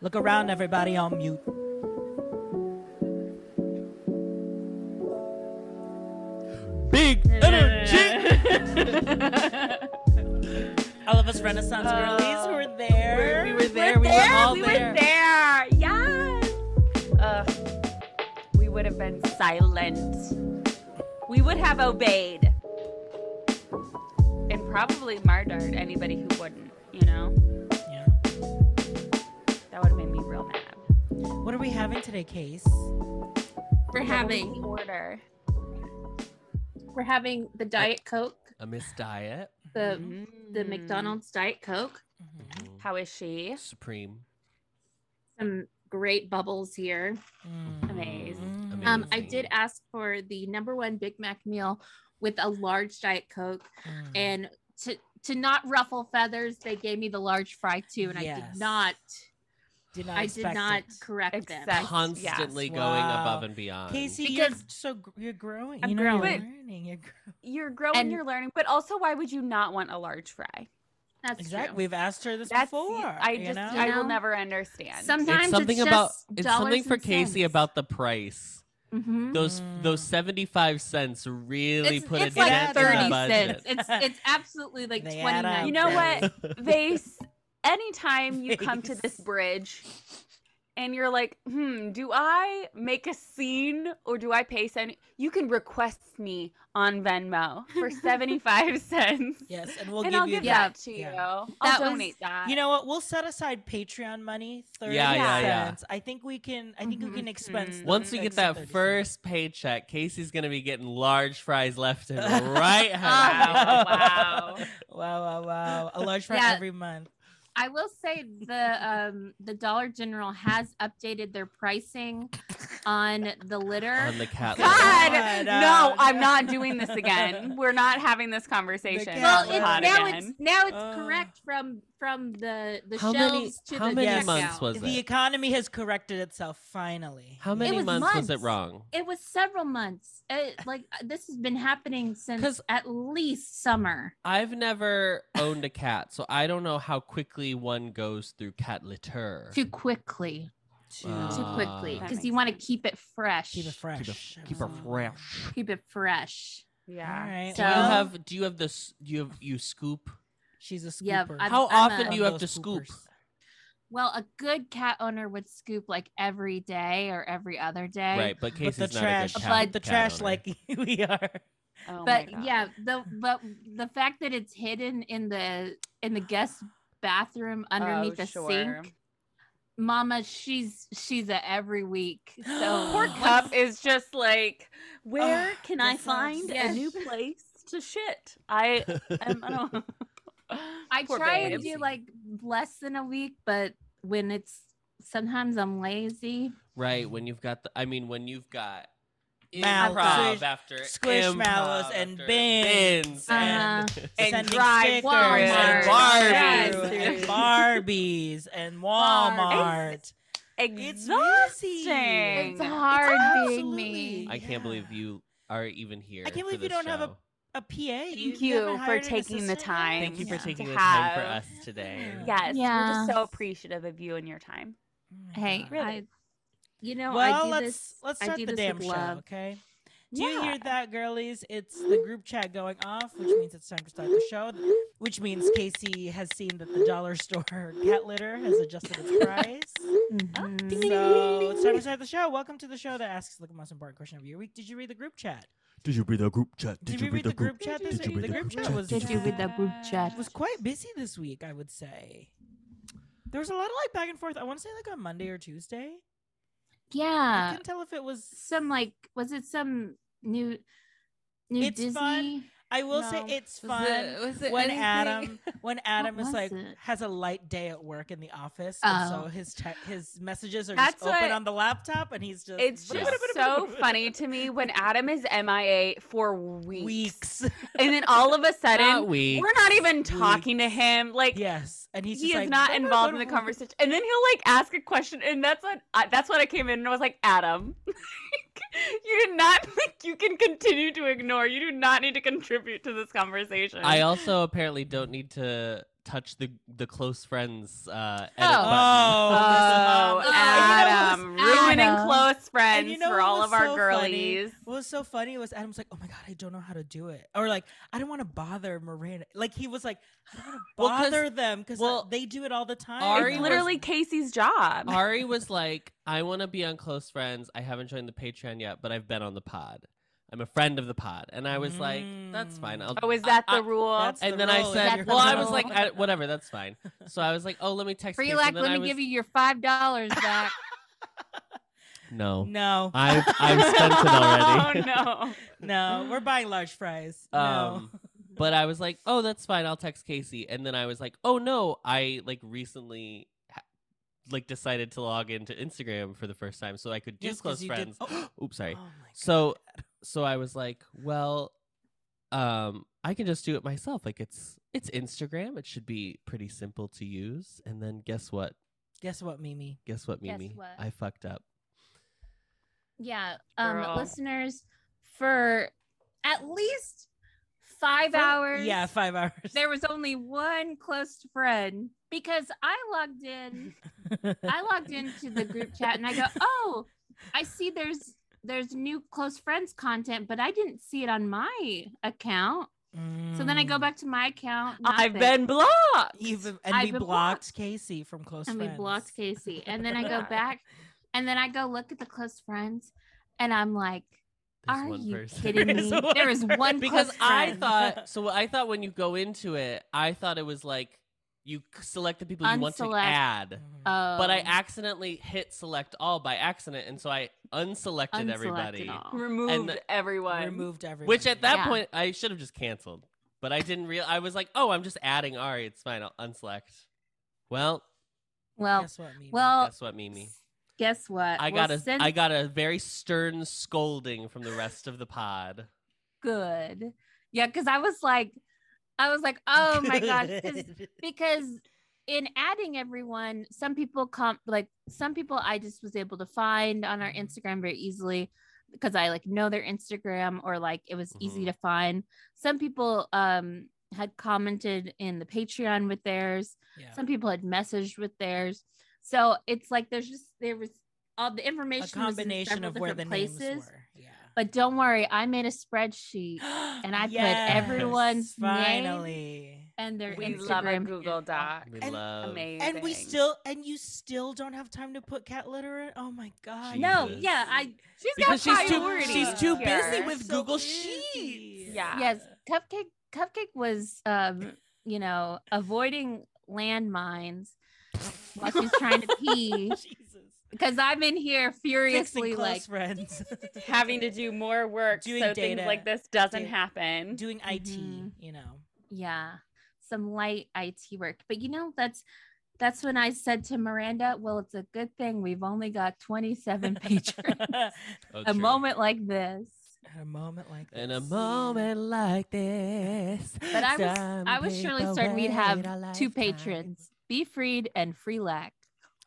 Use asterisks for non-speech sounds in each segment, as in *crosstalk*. Look around, everybody on mute. Big energy. All of us Renaissance girlies Uh, were there. we were there. We were all we there. were there. Yes. Ugh. we would have been silent. We would have obeyed. And probably murdered anybody who wouldn't, you know? Yeah. That would have made me real mad. What are we having today, Case? We're having Order. we're having the diet coke, A Miss Diet. the the Mm-hmm. Mm. McDonald's diet coke. Mm-hmm. Mhm. How is she? Supreme. Some great bubbles here. Mm. Amaze. Mhm. Um, I Mm-hmm. Amazing. did ask for the number one Big Mac meal with a large diet coke, Mm. and to to not ruffle feathers, they gave me the large fry too, and I Yes. did not. did not I did expect not it. correct them. Exact- Constantly Yes. going Wow. above and beyond. Casey, Because- you're so gr- you're growing. I'm you know, you're growing. learning. You're growing. You're growing, And- you're learning, but also, why would you not want a large fry? That's Exactly. true. We've asked her this That's before. I you just know? I You will know? never understand. Sometimes- it's something it's about just it's dollars something for and Casey cents. about the price. Mhm. Those those Mm. seventy five cents really It's, put it's a like dent in the thirty budget. cents. It's it's absolutely like They twenty add nine. up. you know what? They s- anytime you come to Face. this bridge and you're like, "Hmm, do I make a scene or do I pay any you can request me on Venmo *laughs* for 75 cents." Yes, and we'll and give I'll you give that. that, to you. yeah. I'll That was- donate that. You know what? We'll set aside Patreon money. Thirty Yeah, yeah, yeah. cents. I think we can. I think Mhm. we can expense. *laughs* Mhm. Once we those get extra that 30 cents. first paycheck, Casey's gonna be getting large fries left *laughs* and right. Oh, Wow, honey. wow. wow, wow, wow! A large fry Yeah. every month. I will say the um, the Dollar General has updated their pricing on the litter. On the cat. God, litter. *laughs* God, uh, no, I'm no. not doing this again. We're not having this conversation. cat well, on the it's, pod litter. now again. it's now it's Oh. correct from from the the Uh. How many- shelves to how the many checkout. months was The it? economy has corrected itself finally. How many was months, was it months. wrong? it was several months. It, like uh, this has been happening 'Cause- since at least summer. I've never owned a cat, so I don't know how quickly one goes through cat litter. Too quickly, to too Ah. quickly, That because you makes want to sense. keep it fresh. keep it fresh? Keep it, keep her Um, fresh. Keep it fresh. All right. So- Do you well, have? Do you have this? You have, you scoop? She's a Yeah, scooper. I'm- How I'm often a- do you have Those to scoop? scoopers. Well, a good cat owner would scoop like every day or every other day. Right, but But Casey's the not trash, a good cat. But the cat trash owner. like *laughs* we are. Oh my but God. yeah the but the fact that it's hidden in the in the guest bathroom underneath Oh, the sure. sink mama she's she's a every *gasps* week so *gasps* Poor once- cup is just like, where Ah, can I that sounds- find a yes. new place to shit? I, *laughs* *laughs* I'm, I don't. i Poor try and babe. do like less than a week but when it's sometimes i'm lazy right when you've got the. I mean, when you've got Mouth. improv Squish- after squishmallows improv and after bins Uh-huh. *laughs* and- and Sending drive stickers Walmart. and Barbies *laughs* Yes. and Barbies and Walmart. It's messy. Exhausting. it's hard being absolutely- me I Yeah. can't believe you are even here. can't for believe you this don't have a- show. A PA. Thank haven't you for hired an taking the assistant yet? time. Thank you for Yeah. taking To the time for have- us today. Yes, we're Yeah. just so appreciative of you and your time. Oh my hey God. Really? I, you know i well, do let's this let's I start do the this damn with show, love. okay? Do you Yeah. hear that, girlies? It's the group chat going off, which means it's time to start the show. Which means Casey has seen that the dollar store *laughs* cat litter has adjusted its price. Mhm. *laughs* So it's time to start the show. Welcome to the show that asks the most important question of your week. Did you read the group chat? Did you read the group chat? Did, you read the group chat this Did you week? The read group chat was Did you read the group chat? was quite busy this week, I would say. There was a lot of like back and forth. I want to say like on Monday or Tuesday. I yeah couldn't tell if it was. some like was it some new new It's Disney? fun. I will say No. it's Was fun it- was it when anything- *laughs* *laughs* Adam when Adam is was like it? has a light day at work in the office, and Oh. so his te- his messages are That's just open what- on the laptop, and he's just It's just *laughs* so funny to me when Adam is MIA for weeks, *laughs* Weeks, and then all of a Not sudden week. we're not even talking to him. Like yes, and he's he just is like, not "Blah, blah, involved in blah, the blah, blah." conversation. And then he'll like ask a question, and that's when I, that's when I came in and I was like, Adam, *laughs* you do not like you can continue to ignore. You do not need to contribute to this conversation. I Oh, also apparently don't need to touch the the close friends uh, edit Oh. button. Oh, close friends you know for what all was of our so funny? girlies. What was so funny was Adam's like, "Oh my god, I don't know how to do it," or like, "I don't want to bother Miranda." Like he was like, "I don't Well, want to 'cause- bother them because well, they do it all the time." Ari It's was- literally Casey's job. Ari was like, I want to be on Close Friends. I haven't joined the Patreon yet, but I've been on the pod. I'm a friend of the pod. And I was like, that's fine. I'll, oh, is that I- the rule? That's- and the then role, I that's said, the well, I was role. like, I, whatever, that's fine. So I was like, oh, let me text Casey. Freelak, And then let I me was- give you your five dollars back. *laughs* No. no, I've, I've *laughs* spent it already. oh no. no, we're buying large fries. Um, *laughs* but I was like, oh, that's fine. I'll text Casey. And then I was like, oh no, I like recently ha- like decided to log into Instagram for the first time so I could do Yes, 'cause close you did- friends. *gasps* oh. Oops, no. sorry. Oh my So God. so I was like, well, um, I can just do it myself. Like it's it's Instagram. It should be pretty simple to use. And then guess what? guess what, Mimi? Guess what, Guess Mimi? what? I fucked up. Yeah. Um Girl. listeners, for at least five For- hours. Yeah, five hours. *laughs* *laughs* There was only one close friend because I logged in. I logged into the group *laughs* chat and I go, "Oh, I see there's there's new close friends content, but I didn't see it on my account." "Oh," So then I go Mm. back to my account. I've nothing. been blocked. You've been- and I've we been blocked, blocked. Casey from close and friends. we blocked *laughs* Casey. And then I go God. back and then I go look at the close friends and I'm like, There's are one you person. *laughs* kidding There's me? one There is person. one because close I friend. *laughs* thought so. I thought when you go into it, I thought it was like you c- select the people you want to Unselect. add. Mhm. Oh, But I accidentally hit select all by accident, and so I unselected unselected everybody. all. Removed everyone. removed everyone. Which at that Yeah. point I should have just canceled, but I didn't real. I was like, oh, I'm just adding Ari. It's fine. I'll unselect. Well, Well, Guess what, Mimi? well, guess what, Mimi? guess what? I Well, got a I since- got a very stern scolding from the rest of the pod. good. Yeah, because I was like, I was *laughs* like, oh *laughs* my god, 'cause- Good. because in adding everyone, some people come like some people I just was able to find on our Mhm. Instagram very easily because I like know their Instagram or like it was easy Mm-hmm. to find. Some people um had commented in the Patreon with theirs. Yeah. Some people had messaged with theirs. So it's like there's just there was all the a information was in combination several of where the different names were. Yeah. But don't worry, I made a spreadsheet and I put everyone's name finally. and their we Instagram. love a Google Doc. We And- love Amazing. And we still and you still don't have time to put cat litter in. Oh my god. No, Jesus. yeah, I She's Because got she's too priorities she's too here. busy with So Google busy. Sheets. Yeah. yes cupcake cupcake was um you know avoiding landmines while she's *laughs* trying to pee Jesus. because i'm in here Fixing furiously close like friends. *laughs* having to do more work Doing so data. things like this doesn't Do- happen. doing IT, Mhm. you know. yeah some light it work but you know that's that's when i said to miranda well it's a good thing we've only got *laughs* 27 patrons Oh, a true. moment like this At a moment like this. In a moment like this. but i was i was surely certain we'd have two patrons be freed and freelack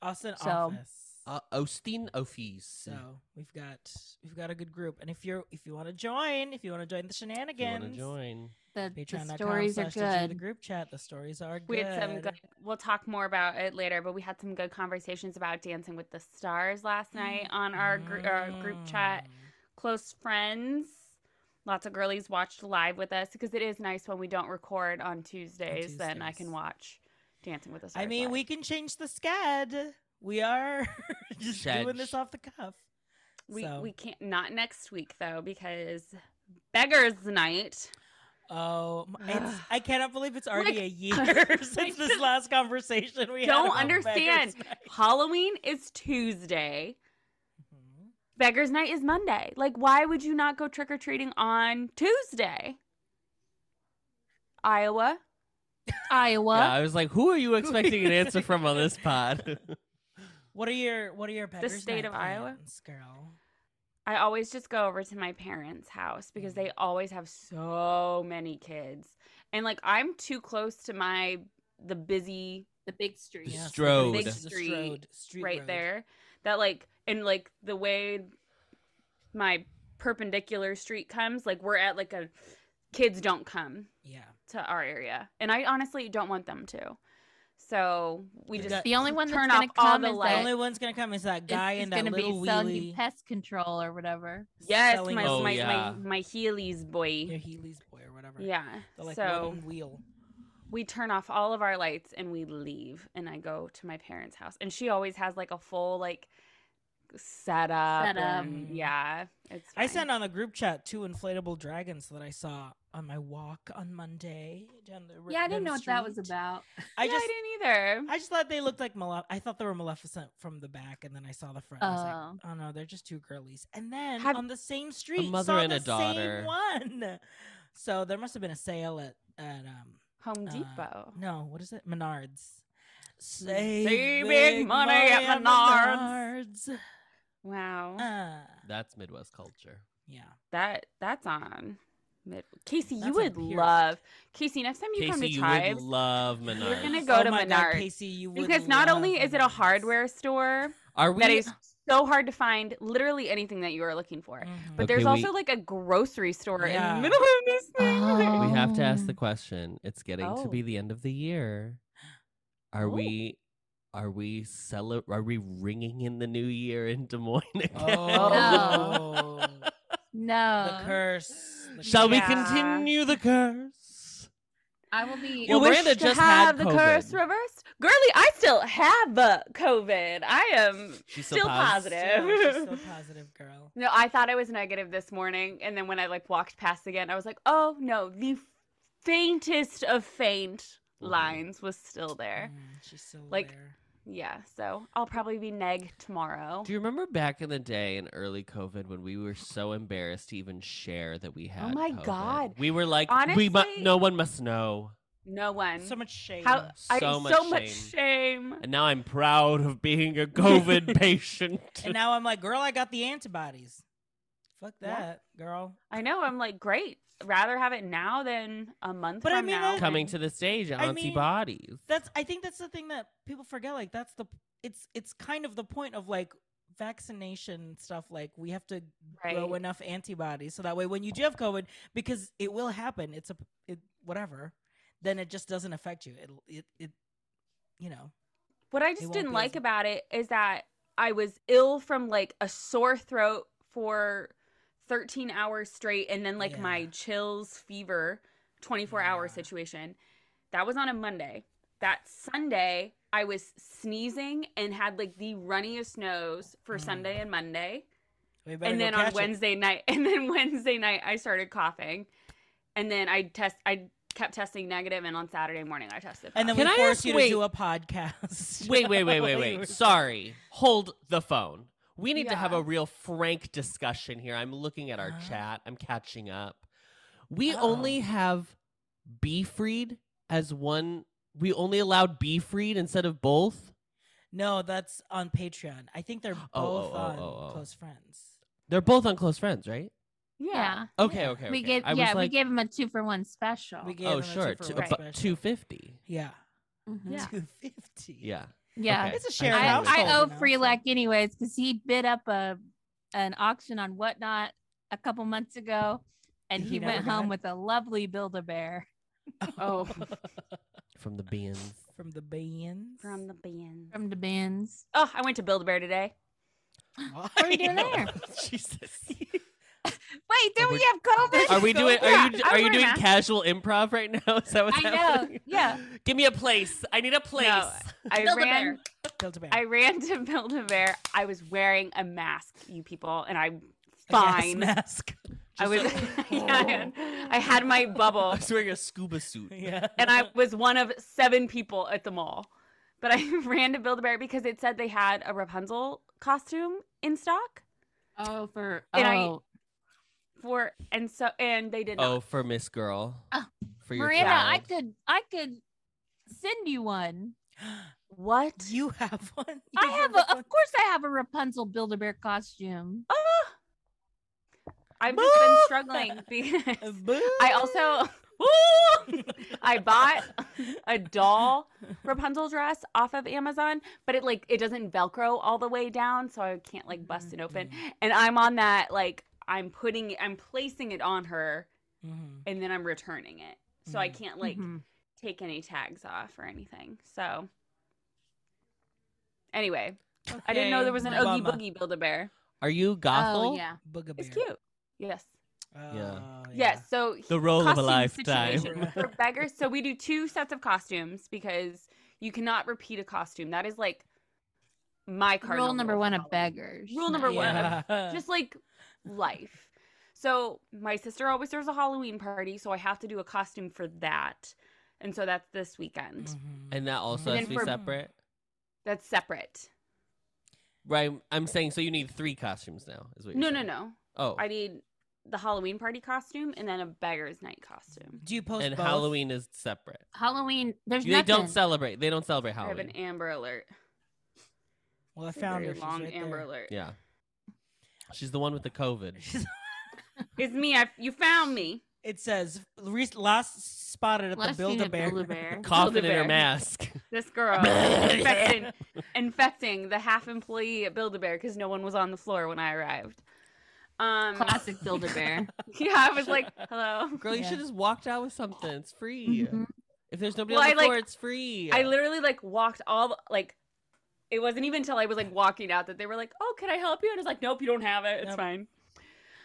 Austin So- office. Uh, Osteen Ophies. So we've got we've got a good group, and if you're if you want to join, if you want to join the If you wanna shenanigans, join? the, the patreon.com stories are slash Did You The good group chat, the stories are good. We had some good. We'll talk more about it later, but we had some good conversations about Dancing with the Stars Mm. last night on our, gr- our uh, group chat. Close friends, lots of girlies watched live with us because it is nice when we don't record on Tuesdays. Then I Tuesdays. can watch Dancing with the Stars. I mean, live. we can change the scad. We are *laughs* just doing this Shedge. off the cuff. we so. we can't not next week though because beggars night. Oh, m- it's, Ugh. I cannot believe it's already *laughs* Like, a I year *laughs* since this just last conversation we had don't about Beggars understand. Night. Halloween is Tuesday. Mhm. Beggars night is Monday. Like, why would you not go trick or treating on Tuesday? Iowa. iowa Yeah, I was like, who are *laughs* you expecting an answer from on this pod? *laughs* What are your What are your Beggars state Night of Iowa? plans, girl? I always just go over to my parents' house because they always have so many kids. And like I'm too close to my the busy the big street. Yeah. Yes, Strode. the Big street, Strode, street right road. there that like and like the way my perpendicular street comes, like we're at like a kids don't come Yeah. to our area. And I honestly don't want them to. So we You just got- The only one turn that's off gonna all come the The is that- lights. only one's gonna come is that It's- guy it's in that gonna little be selling you wheelie. pest control or whatever. Yes, selling my you- Oh, my, yeah. my my Heelys Yeah, boy. Healy's boy or whatever. Yeah. The like so rolling wheel. we turn off all of our lights and we leave and I go to my parents' house. And she always has like a full like setup. Setup. and- yeah. It's Mm-hmm. I fine. sent on the group chat two inflatable dragons that I saw on my walk on Monday down the r- Yeah, I down didn't the know what that was street. about. I Yeah, just I didn't either. I just thought they looked like Male- I thought they were Maleficent from the back, and then I saw the front. and I was like, oh no, they're just two girlies. And then Have- on the same street, mother saw and the a daughter. same one. So there must have been a sale at at um Home Uh, Depot. no what is it Menards. Save, Oh. Save big money at Menards. Wow. Uh, That's Midwest culture. yeah, that that's on. Mid- Casey, you That's on would Pierce. love Casey. Next time you come Casey, to you Chives, would love we're Menards. gonna go oh to my God, Menards Casey, you would because not only love is it a Menards. hardware store Are we? that is so hard to find literally anything that you are looking for, Mhm. but Okay, there's we- also like a grocery store in Yeah. the middle of this thing. Oh. we have to ask the question. It's getting Oh. to be the end of the year. Are Oh. we? Are we cele- Are we ringing in the new year in Des Moines again? *laughs* Oh. Oh, *laughs* No, Uh-huh. the curse. the Shall we curse. Yeah. continue the curse? I will be. Well, you wish Miranda to just had have the curse COVID. reversed, girly. I still have uh, COVID. I am She's Still positive. positive. Yeah, she's so *laughs* positive, girl. No, I thought I was negative this morning, and then when I like walked past again, I was like, "Oh no, the faintest of faint Mhm. lines was still there." Mm, she's still Like- there. Yeah, so I'll probably be neg tomorrow. Mm. Do you remember back in the day in early COVID when we were so embarrassed to even share that we had? my COVID? God. We were like, we mu- Honestly- no one must know. No one. So much shame. How I So so much much shame. And now I'm proud of being a *laughs* COVID patient. and now I'm like, girl, I got the antibodies. Fuck Yeah. that, girl. I know. I'm like, great. Rather have it now than a month But I from mean, now. that- Coming to the stage, I auntie mean- bodies. That's. I think that's the thing that people forget. Like that's the. It's it's kind of the point of like vaccination stuff. Like we have to grow Right. enough antibodies so that way when you do have COVID, because it will happen. It's a it whatever. Then it just doesn't affect you. It'll it it. You know. What I won't just be didn't as- like about it is that I was ill from like a sore throat for 13 hours straight and then like my Yeah. chills, fever, 24 hour Yeah. situation. That was on a Monday. That Sunday, I was sneezing and had like the runniest nose for Mm. Sunday and Monday. We better And go then on catch it. Wednesday night, *laughs* and then Wednesday night, I started coughing. And then I test, I kept testing negative, and on Saturday morning, I tested. And then Can we I force ask- you to wait. do a podcast. *laughs* Wait, wait, *laughs* wait, wait, *laughs* wait. Sorry. Hold the phone. We need to have Yeah. a real frank discussion here. I'm looking at our Huh? chat. I'm catching up. We Oh. Uh-oh. only have Beefreed as one. We only allowed Beefreed instead of both. No, that's on Patreon. I think they're both Oh, oh, oh, on oh, oh. Close Friends. They're both on Close Friends, right? yeah. Okay, Yeah. okay. We okay. gave I was yeah, like, we gave him a two for one special. We gave oh, them sure, a two two, for one right. special. two fifty. *laughs* Yeah, Mhm. Yeah. two fifty. Yeah. yeah. Okay. Uh, it's a I shared totally I, household. I owe you know, Freelec anyways because he bid up a an auction on whatnot a couple months ago, and He he, never went got home it? with a lovely build a bear. *laughs* Oh. From the bins. from the bands. From the band. from the bins. Oh, I went to Build a Bear today. *laughs* what are you doing there? *laughs* Jesus. Wait, Are did we- we have *laughs* COVID? Are we doing? Are you Yeah, I are was you wearing doing a mask. casual improv right now? *laughs* Is that what's I know, happening? yeah. Give me a place. I need a place. I *laughs* Build a ran. Built a bear. I ran to Build a Bear. I was wearing a mask, you people, and I'm A gas fine. mask. I was. *laughs* Just a- yeah, I had- I had my *laughs* I bubble, was wearing a scuba suit. yeah. *laughs* and I was one of seven people at the mall. But I *laughs* ran to Build a Bear because it said they had a Rapunzel costume in stock Oh, for And I- oh, for, and so and they did not. Oh, for Miss Girl. Oh, for your Miranda, child. I could I could send you one. What? you have *laughs* one. You I have the a, one? of course I have a Rapunzel Build a Bear costume. Ah! I've just been Boo! struggling *laughs* because Boo. I *laughs* also. I bought a doll Rapunzel dress off of Amazon, but it like it doesn't velcro all the way down, so I can't like bust it open. Mhm. And I'm on that like I'm putting I'm placing it on her Mhm. and then I'm returning it. So I Mhm. can't like Mhm. take any tags off or anything. So Anyway, I didn't know there was an Oogie Bummer. Boogie Build a Bear. Are you Oh Gothel? yeah. Booga It's bear. cute. Yes. Oh, Yeah. Yes. So he- The role of a costume lifetime. *laughs* situation for beggars. So we do two sets of costumes because you cannot repeat a costume. That is like my cardinal Rule number one for of Halloween. beggars. Rule number one of Yeah. *laughs* just like life. So my sister always throws a Halloween party, so I have to do a costume for that. And so that's this weekend. Mm. Mhm. And that also And has to then be for- separate. That's separate. Right. I'm saying so you need three costumes now, is what you're No, no, saying. no. Oh. I need the Halloween party costume and then a beggar's night costume. do you post and both? Halloween is separate. Halloween. *laughs* There's They nothing. don't celebrate. They don't celebrate I have an Halloween. Amber Alert. Well, I It's a found very her. She's long right Amber there. Alert. Yeah. She's the one with the COVID. She's- It's me. I, you found me. It says re- last spotted at Last the seen Build a *laughs* at Bear. Build-A-Bear. *laughs* Coughing in her Build-A-Bear. *laughs* mask. *laughs* This girl infecting, infecting the half employee at Build a Bear because no one was on the floor when I arrived. *laughs* Um, Classic *laughs* *laughs* Build-A-Bear. *laughs* yeah, I was like, hello. Girl, you Yeah. should have just walked out with something. It's free. Mhm. If there's nobody Mm-hmm. Well, on I, the like- floor, it's free. I literally like walked all the, like it wasn't even until I was like walking out that they were like, "Oh, can I help you?" And I was like, "Nope, you don't have it. It's Nope. fine."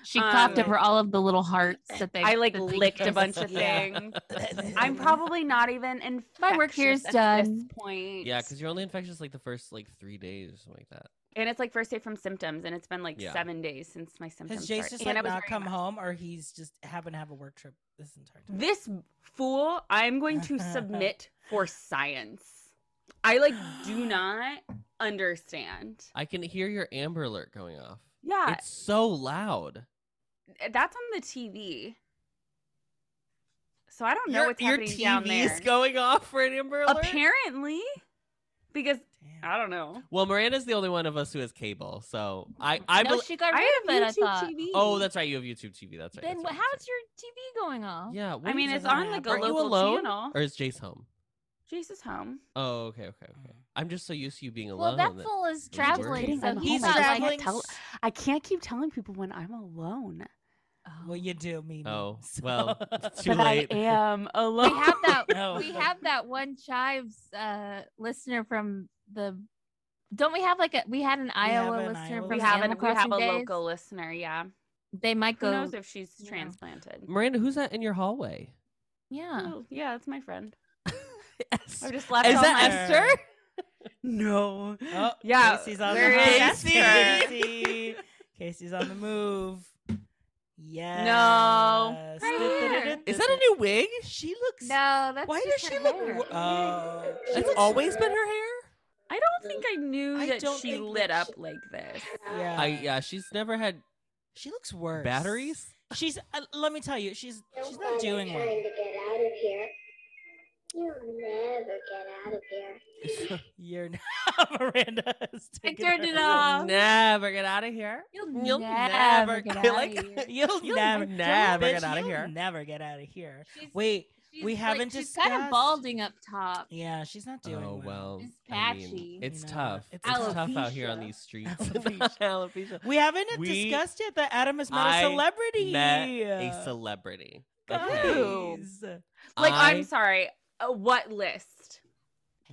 She Um, coughed over all of the little hearts that they. I like that they licked a gave bunch us. *laughs* of Yeah. *laughs* things. I'm probably not even infectious My work here is at this done. point. yeah, because you're only infectious like the first like three days or something like that. and it's like first day from symptoms, and it's been like Yeah. seven days since my symptoms. Has Jace started. just and I like was not wearing come a mask. home, or he's just happened to have a work trip this entire time? This fool, I'm going *laughs* to submit for science. I like *gasps* do not understand. I can hear your Amber Alert going off. Yeah, It's so loud. that's on the TV. So I don't know what's your happening down TV's there. going off for an Amber Alert. Apparently, because Damn. I don't know. well, Miranda's the only one of us who has cable, so I I no, bel she got I rid of have it. YouTube I thought. TV. Oh, that's right. You have YouTube TV. That's right. Then that's what, right, how's that's your TV going off? right. Yeah. I what mean, is it's it? doesn't on like a happen. Aren't you local alone? channel. or is Jace home? Jesus home. Oh, okay, okay, okay. Mm. I'm just so used to you being Well, alone. that that- fool is Are you just traveling. kidding? So I'm he's home. not I can't like. tell- I can't keep telling people when I'm alone. Well, you do, Mimi. Oh, so- well, *laughs* *laughs* it's too but late. I *laughs* am we alone. have that. No. We have that one chives uh, listener from the. Don't we have like a? We had an have Iowa an listener Iowa from we listener. have, Animal an, we have Crossing a days. local listener. Yeah. They might Who go. knows if she's Yeah. transplanted? Miranda, who's that in your hallway? Yeah. Oh, yeah, that's my friend. Es- I've just Is left. all that my- Esther? Esther? No. Oh, Yeah, Casey's on where the is move. Esther? Casey. Casey's on the move. Yes. Right here. Is that a new wig? She looks. No, that's Why does just she her look? hair. Oh, It's always been her hair. I don't think I knew I that don't she think that lit she- up like this. Yeah. I yeah. She's never had She looks worse. uh, batteries. She's. Uh, let me tell you, she's. She's not doing You'll never well. get out of here. You'll never get out of here. You're *laughs* Miranda. Is taking turned her- it off. Never get out of here. You'll, You'll never never get get out like- of here. You'll, You'll never, never bitch, get outta you'll here. Never get out of here. She's- Wait. she's, we like, haven't She's kind of discussed- balding up *gasps* top. Yeah, she's not doing oh well. It's I mean, patchy. it's You know, tough. it's It's, tough out alopecia. here on these streets. *laughs* Alopecia. Alopecia. We haven't uh, We- discussed yet that Adam is not a I celebrity. Met a celebrity. Okay. Guys. Like, I... I- am sorry. Uh, what list?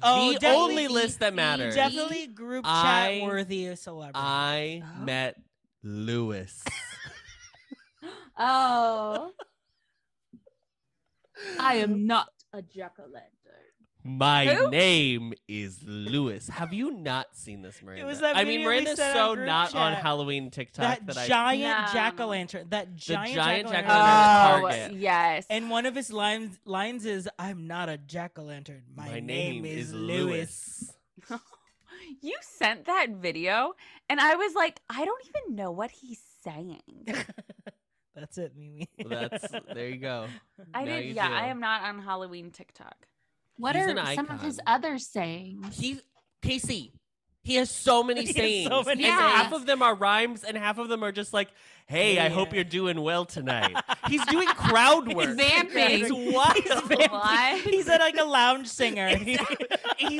Oh, the definitely- only list that matters. Definitely group I- chat worthy celebrity. I Oh. met Lewis. Oh. I am not a jack o' lantern. My Who? name is Lewis. Have you not seen this, Miranda? was that I video mean, we Miranda's sent so on group not on chat. Halloween TikTok that, that, I. giant No. jack o' lantern. That giant, giant jack-o'-lantern. Oh. Oh. jack-o'-lantern at Target. yes. And one of his lines lines is, "I'm not a jack o' lantern. My, name, is, Lewis." you sent that video, and I was like, I don't even know what he's saying. *laughs* That's it, Mimi. Well, That's there you go. I Now did. you Yeah, do. I am not on Halloween TikTok. What He's are an some of his icon. other sayings? He Casey. He has so *laughs* many He sayings. has so many and Yeah. half of them are rhymes, and half of them are just like, "Hey, I hope Yeah. you're doing *laughs* well tonight." He's doing crowd He's work. vamping. It's *laughs* wild. He's vamping. What? *laughs* He's at like a lounge singer. He's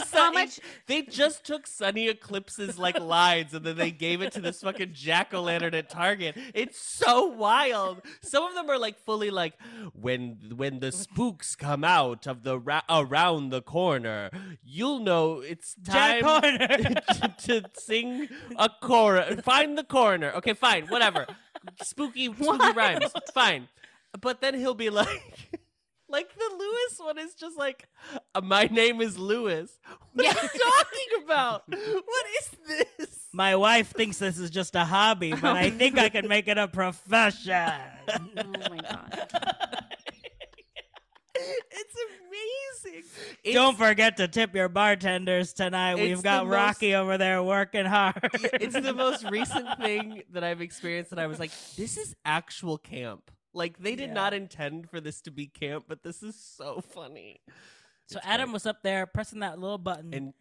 so How much? They just took Sunny Eclipse's like lines and then they gave it to this fucking jack o' lantern at Target. It's so wild. Some of them are like fully like when when the spooks come out of the ra- around the corner, you'll know it's *laughs* Jack time. *laughs* Horner. to, to sing a coroner. Find the coroner. Okay, fine, whatever. Spooky, spooky What? rhymes. Fine, but then he'll be like, *laughs* like the Lewis one is just like, "Uh, my name is Lewis. What are *laughs* you talking about? What is this? My wife thinks this is just a hobby, but I think I can make it a profession. Oh my god. it's amazing. It's- Don't forget to tip your bartenders tonight. It's We've got the Rocky over there working hard. Yeah, it's *laughs* the most recent thing that I've experienced that I was like, this is actual camp. Like they did Yeah. not intend for this to be camp, but this is so funny. So It's Adam great. was up there pressing that little button, and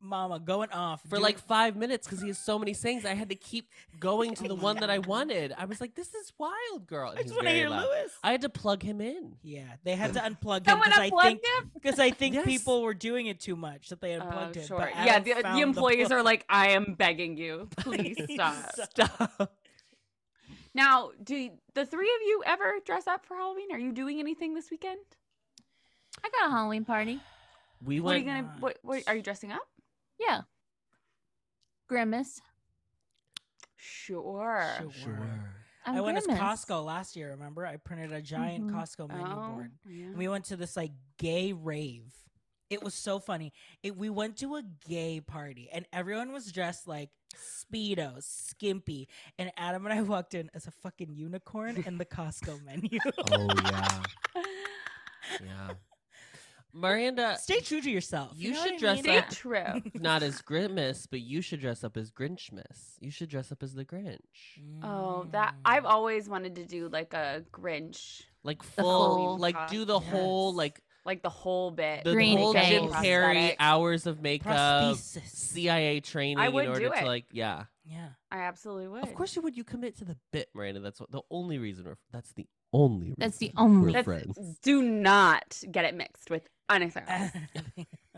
Mama going off Mm. for doing- like five minutes because he has so many sayings, I had to keep going to the one that I wanted. I was like, this is wild, girl. And I he's just want to very hear loud. Lewis. I had to plug him in. Yeah, they had to unplug him Someone because I unplugged think him. because I think Yes. people were doing it too much that they Oh, unplugged him. sure. Yeah, the, the employees are like, I am begging you, *laughs* please Please stop. Stop. Now, do the three of you ever dress up for Halloween? Are you doing anything this weekend? I got a Halloween party. We What are you went. gonna? What, what are you dressing up? Yeah. Grimace. Sure. I'm I went as Grimace. Costco last year. Remember, I printed a giant Mhm. Costco menu Oh, board. yeah. And we went to this like gay rave. It was so funny. It, we went to a gay party and everyone was dressed like speedos, skimpy, and Adam and I *laughs* walked in as a fucking unicorn in the Costco *laughs* menu. Oh yeah, yeah. Miranda, Stay true to yourself. You know should what I dress mean? Stay that. true. not as Grimace, but you should dress up as Grinchmas. You should dress up as the Grinch. Oh, *laughs* that I've always wanted to do like a Grinch, Like full, whole like do the whole Yes. like like the whole bit, the Green whole face. Jim Carrey Prosthetic. hours of makeup, prosthesis. CIA training would in do order it. to like yeah. yeah. I absolutely would. Of course you would. You commit to the bit, Miranda. That's what, the only reason we're. That's the only. Reason That's the only- we're That's- friends. Do not get it mixed with anything else. *laughs*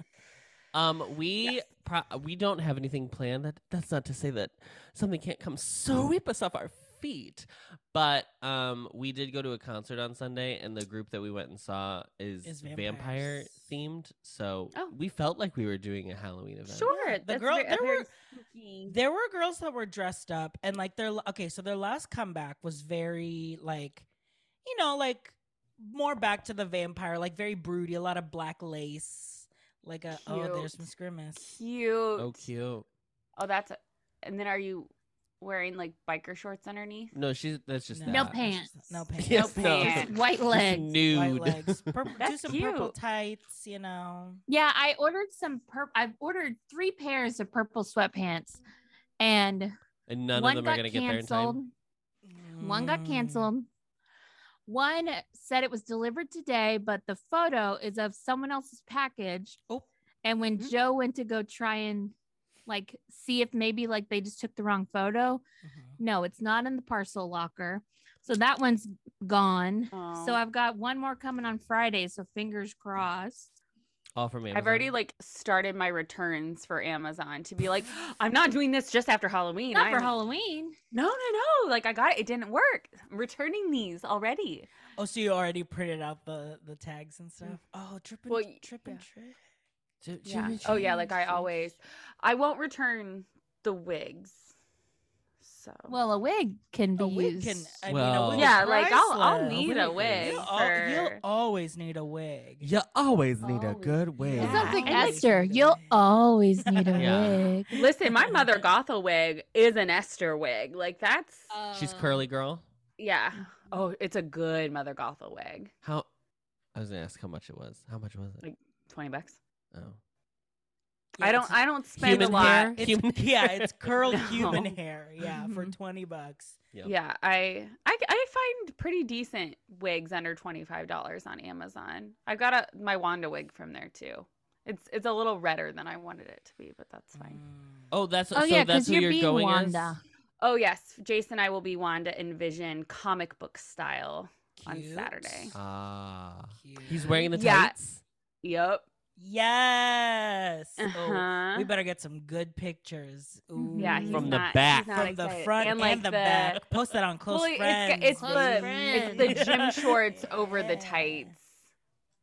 Um, we pro- we don't have anything planned. That that's not to say that something can't come sweep us off our feet. But um, we did go to a concert on Sunday, and the group that we went and saw is, Is vampire vampires. themed. So Oh. we felt like we were doing a Halloween event. Sure. Yeah, the that's girl- ve- a there very were- spooky- there were girls that were dressed up and like their okay so their last comeback was very like you know like more back to the vampire like very broody a lot of black lace like a oh there's Cute. miss grimace cute. Oh, cute. Oh, that's. A, and then are you wearing like biker shorts underneath? No, she's that's just *laughs* No that. pants. no pants Yes, No no. pants. *laughs* White Just legs. Nude. *laughs* White legs, purple, do That's some purple cute. tights, you know. Yeah, I ordered some purple. I've ordered three pairs of purple sweatpants, and and none one of them got are gonna get there in canceled. time. One got Mm. canceled. One said it was delivered today, but the photo is of someone else's package. Oh. And when Mhm. Joe went to go try and like see if maybe like they just took the wrong photo, Mhm. no, it's not in the parcel locker. So that one's gone. Oh. So I've got one more coming on Friday. So fingers crossed. All from Amazon. I've already like started my returns for Amazon to be like, *gasps* I'm not doing this just after Halloween. Not for I'm- Halloween. No, no, no. Like I got it. It didn't work. I'm returning these already. Oh, so you already printed out the the tags and stuff. Oh, tripping, Mm. Well, and y- tripping, yeah. trick. Do- do Yeah. you Oh yeah. Like change I things? always, I won't return the wigs. So Well, a wig can be A wig used. can, I Well- mean, a wig yeah, is like I'll I'll priceless. need Oh, a wig wig. is- You'll, al- you'll for- always need a wig. You always need a Always. good wig. It Yeah. sounds like I always Esther. need a You'll wig. always need a *laughs* Yeah. wig. Listen, *laughs* my *laughs* mother Gothel wig is an Esther wig. Like that's She's Uh, curly girl. yeah. Oh, it's a good mother Gothel wig. How? I was gonna ask how much it was. How much was it? Like- Twenty bucks. Oh, Yeah, I don't it's- I don't spend a Human lot. hair? It's, Human yeah, it's curled *laughs* No. Mm-hmm. human hair. Yeah, for Mhm. twenty bucks. Yep. Yeah, I, I I find pretty decent wigs under twenty five dollars on Amazon. I got a my Wanda wig from there too. It's it's a little redder than I wanted it to be, but that's fine. Mm. Oh, that's Oh, so yeah, that's 'cause who you're you're being going as? Wanda. Oh yes, Jason, and I will be Wanda in Vision comic book style. On Cute. Saturday. Ah, Cute. he's wearing the Yeah. tights. Yep. Yes. Oh, Uh-huh. Mm-hmm. we better get some good pictures. Ooh. yeah, he's From the not, back. he's not from the excited. front and, and, like, the, back. Post that on close Well, it's got- friends. it's, Close the, it's *laughs* the friends. gym shorts over the Yeah. tights.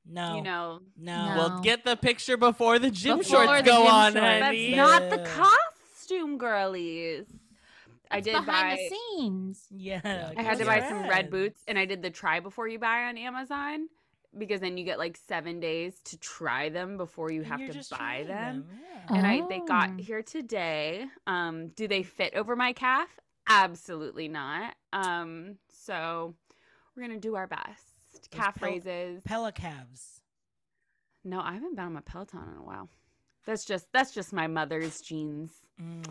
No, You know, no. No. Well, get the picture before the gym Before shorts the go gym on, shorts. honey. That's not the Yeah. costume. costume girlies. I It's did behind buy- the scenes. Yeah. I had to buy some red Yes. boots and I did the try before you buy on Amazon because then you get like seven days to try them before you And have you're to just buy trying them. yeah. And I they got Oh. here today. Um, do they fit over my calf? Absolutely not. Um, so we're gonna do our best. Those calf Pel- raises. Pelicavs. no, I haven't been on my Peloton in a while. That's just that's just my mother's jeans. Mm.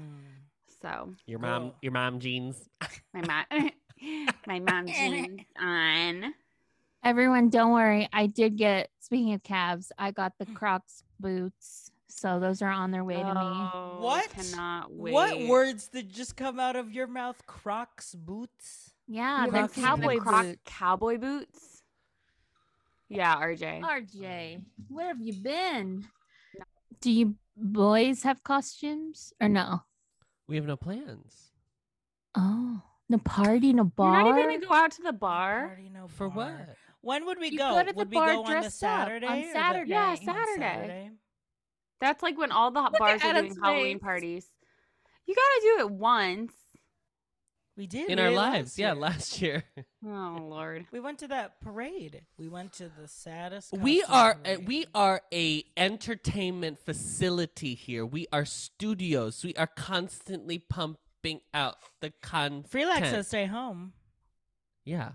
So Your mom, Cool. your mom jeans. my mom *laughs* my mom jeans on. Everyone, don't worry. I did get, speaking of calves, I got the Crocs boots. So those are on their way to me. Oh, What? Cannot wait. What words did just come out of your mouth? Crocs boots. Yeah, Ah, You they're haven't seen the cowboy Croc- boots. Cowboy boots. Yeah, RJ. RJ, where have you been? Do you boys have costumes or no? We have no plans. Oh, no party, no You're bar. not even gonna go out to the bar. Party, no For bar. what? When would we You go? go to the would bar we go on the dressed up, on Saturday? or the- Saturday. Yeah, Saturday. on Saturday. That's like when all the bars are doing Adam's Halloween face. parties. You gotta do it once. We did In we our did last lives, yeah, year. last *laughs* year. Oh Lord. We went to that parade. We went to the saddest. We costume are uh, parade. we are a entertainment facility here. We are studios. We are constantly pumping out the con. Freelax tent. says stay home. Yeah,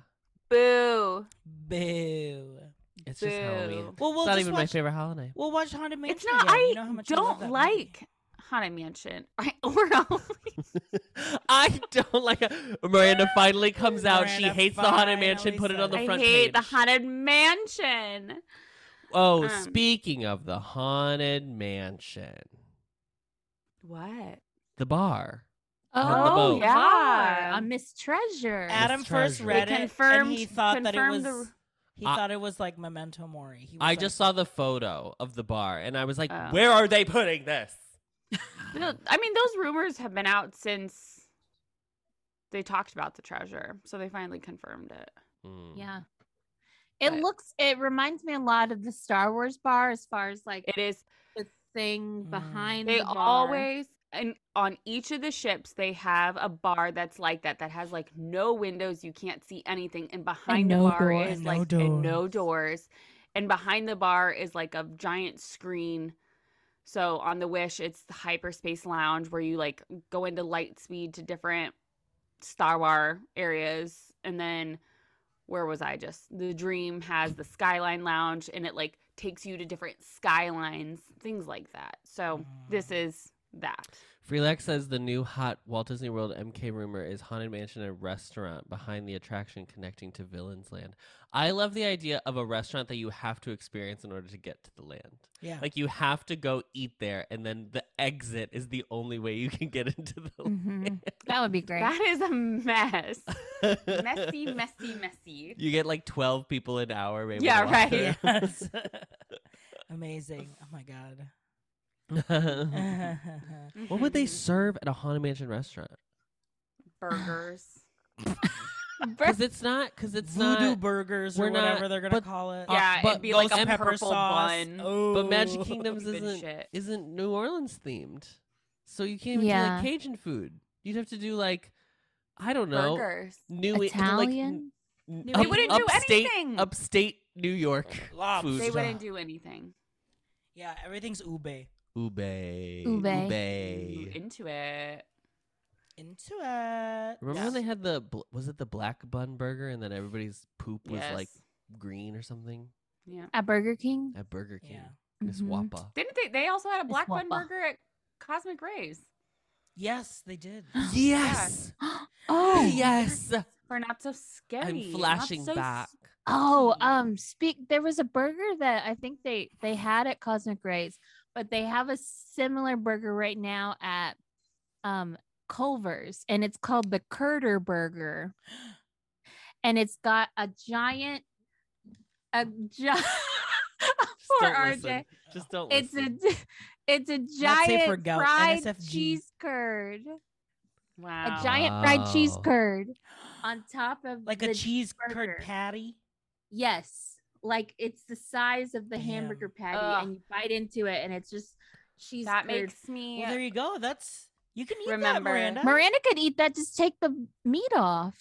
Boo. Boo. it's just Halloween. Boo. Well, we'll it's not just even watch, my favorite holiday. We'll watch Haunted Mansion. It's not again. I You know how much I love don't that movie. like Haunted Mansion. *laughs* I or Halloween. I don't like Miranda finally comes out. she Miranda hates the haunted finally mansion. Put it on the said it. I front hate the page. Haunted Mansion. oh, um, speaking of the haunted mansion, What? the bar. on the Oh, boat. yeah. Yeah. On Miss Treasure. Adam first Treasure. read They it and he confirmed- thought that it was confirmed the- he I- thought it was like Memento Mori. He was I like, just saw the photo of the bar, and I was like, Oh. "Where are they putting this?" No, I mean, those rumors have been out since they talked about the treasure, so they finally confirmed it. Hmm. Mm. Yeah. It But- looks, it reminds me a lot of the Star Wars bar as far as like It is. the thing Mm. behind They the bar. always and on each of the ships they have a bar that's like that that has like no windows, you can't see anything, and behind no the bar door. is And no like and no doors. doors, and behind the bar is like a giant screen. So on the Wish, it's the hyperspace lounge where you like go into light speed to different Star Wars areas, and then where was I just? The Dream has the Skyline Lounge and it like takes you to different skylines, things like that. So this Mm. is that. Freelak says the new hot Walt Disney World MK rumor is Haunted Mansion, a restaurant behind the attraction connecting to Villains Land. I love the idea of a restaurant that you have to experience in order to get to the land. yeah. Like you have to go eat there, and then the exit is the only way you can get *laughs* into the land. Mhm. That would be *laughs* great. That is *laughs* a mess. Mm. messy, messy, messy. You get like twelve people an hour, maybe. Yeah, right. Yes. Amazing. Oh my *laughs* god. *laughs* what would they Mhm. serve at a haunted mansion restaurant? burgers? Because it's not. Because it's Voodoo not. burgers we're or not- whatever they're gonna but- call it. yeah, Uh, but it'd be Ghost like a those- and pepper purple sauce. bun. Oh. But Magic Kingdoms Stupid isn't shit. isn't New Orleans themed, so you can't even do Yeah. like Cajun food. You'd have to do like I don't know Burgers. New E- like, Italian. n- New up- they wouldn't do upstate, anything. Upstate New York Lobster. food. they wouldn't do anything. *laughs* Yeah, everything's ube. ube Ube. Ooh, ube. Into it. Into it. Remember Yeah. when they had the bl- was it the black bun burger and then everybody's poop was Yes. like green or something yeah. At Burger King. at Burger King? Yeah. Miss *laughs* *laughs* Mhm. Wappa. Didn't they? They also had a It's black bun Whopper. burger at Cosmic Rays. Yes, they did. *gasps* Yes. Oh, Yes. We're not so scary. *laughs* I'm not flashing so back. Oh, Mm-hmm. spooky. um, speak. There was a burger that I think they they had at Cosmic Rays, but they have a similar burger right now at um Culver's, and it's called the Curter Burger, and it's got a giant, a *laughs* giant. Just Poor don't RJ. listen. Just don't It's a listen. it's a safe for giant gout, fried NSFG. cheese curd, Wow. a giant fried cheese Wow. curd on top of Oh. like the a cheese curd burger. patty. Yes. Like it's the size of the Damn. hamburger patty Ugh. and you bite into it and it's just cheese That curd. makes me. Well, there you go. That's You can eat Remember. that, Miranda. Miranda could eat that. Just take the meat off.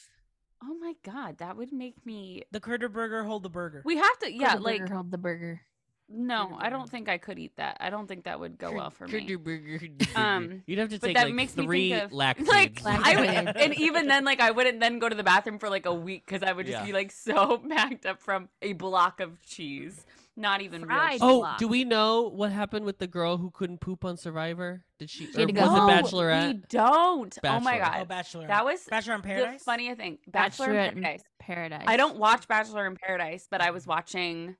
Oh my god, that would make me. the Critter Burger, hold the burger. We have to, yeah. Put the Like, burger, hold the burger. no, I burger. don't think I could eat that. I don't think that would *laughs* go well for *laughs* me. Um, *laughs* You'd have to but take that like makes me think three of- lactates. Like, *laughs* I Lactaid. would, and even then, like, I wouldn't then go to the bathroom for like a week because I would just Yeah. be like so *laughs* packed up from a block of cheese, not even real. Fried cheese. *laughs* Oh, block. do we know what happened with the girl who couldn't poop on Survivor? Did she? She had or to go was home. it No, Bachelorette? We don't. Oh my Bachelorette. oh, god, Bachelor. that was Bachelor in the Paradise. funniest thing. Bachelor in Bachelorette in Paradise. Paradise. I don't watch Bachelor in Paradise, but I was watching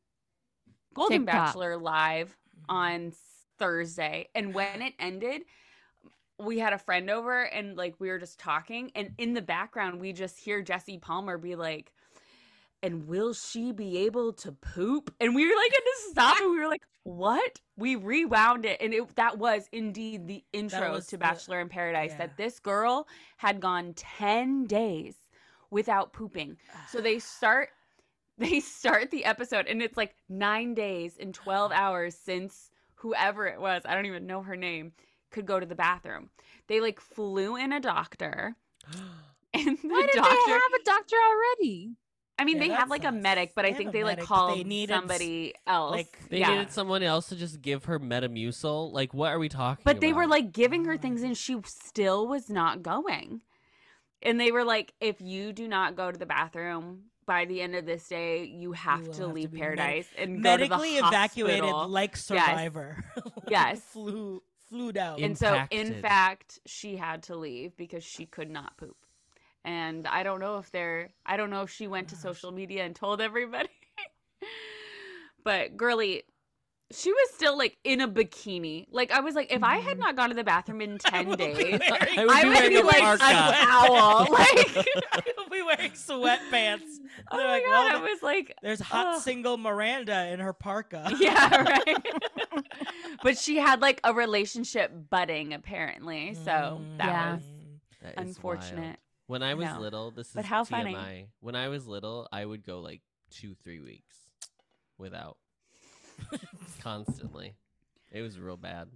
Golden TikTok. Bachelor live Mm-hmm. on Thursday. And when it ended, we had a friend over and like we were just talking. And in the background, we just hear Jesse Palmer be like, and will she be able to poop? And we were like, had to stop. And we were like, what? We rewound it. And it, that was indeed the intro was to the- Bachelor in Paradise yeah. that this girl had gone 10 days without pooping. *sighs* So they start *laughs* they start the episode and it's like 9 days and *sighs* 12 hours since whoever it was, I don't even know her name, could go to the bathroom. They like flew in a doctor *laughs* *gasps* and the Why did doctor they have a doctor already? I mean Yeah, they that have like a sucks. medic, but They I have a think they medic, like but they called needed s- somebody else. like, They yeah. needed someone else to just give her Metamucil. Like, what are we talking? But they were about? like giving her things and she still was not going. And they were like, if you do not go to the bathroom by the end of this day, you have will to have to leave be med- paradise and go to the medically evacuated hospital." like Survivor. *laughs* Yes. flew flew down. *laughs* In- and so in impacted. fact she had to leave because she could not poop and i don't know if they're i don't know if she went to Gosh. social media and told everybody *laughs* but girly she was still like in a bikini like i was like if i had Mhm. not gone to the *laughs* bathroom in 10 days I I would *laughs* i be would wearing be a like parka. an *laughs* *laughs* owl like would be wearing sweatpants. oh They're my like, god well, i was like There's hot *sighs* Ugh. single Miranda in her parka. *laughs* *laughs* yeah right but she had like a relationship budding apparently so Mm, that Yeah. was That is unfortunate wild. When I was No. little, this is But how TMI. funny. When I was little, I would go like two, three weeks without *laughs* constantly. It was real bad. It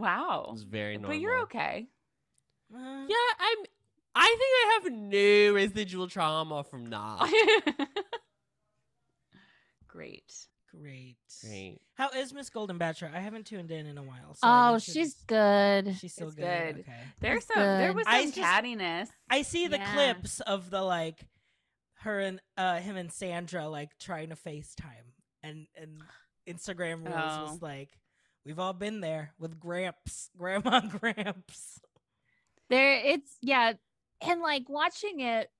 wow was very normal. But you're okay. *laughs* Yeah, I'm. I think I have no residual trauma from *laughs* that. Great. Great. Great. How is Miss Golden Bachelor? I haven't tuned in in a while. So I Oh, need to- she's good. she's still It's good. good. Okay. There's That's some. There good. was some I just- cattiness. I see the Yeah. clips of the like her and uh him and Sandra like trying to FaceTime and and Instagram rules Oh. was like we've all been there with Gramps, *laughs* Grandma Gramps. There, it's yeah, and like watching it,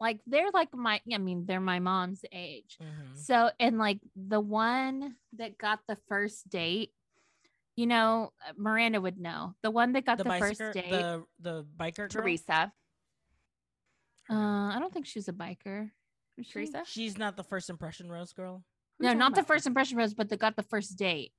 like they're like my. I mean, they're my mom's age. Mm-hmm. So, and like the one that got the first date, you know, uh, Miranda would know. The one that got The the, first biker, date. the the biker girl. Teresa. Uh, I don't think she was a biker. Was she? Teresa. She's not the first impression Rose girl. Who No, you not talking the about? first impression rose, but that got the first date.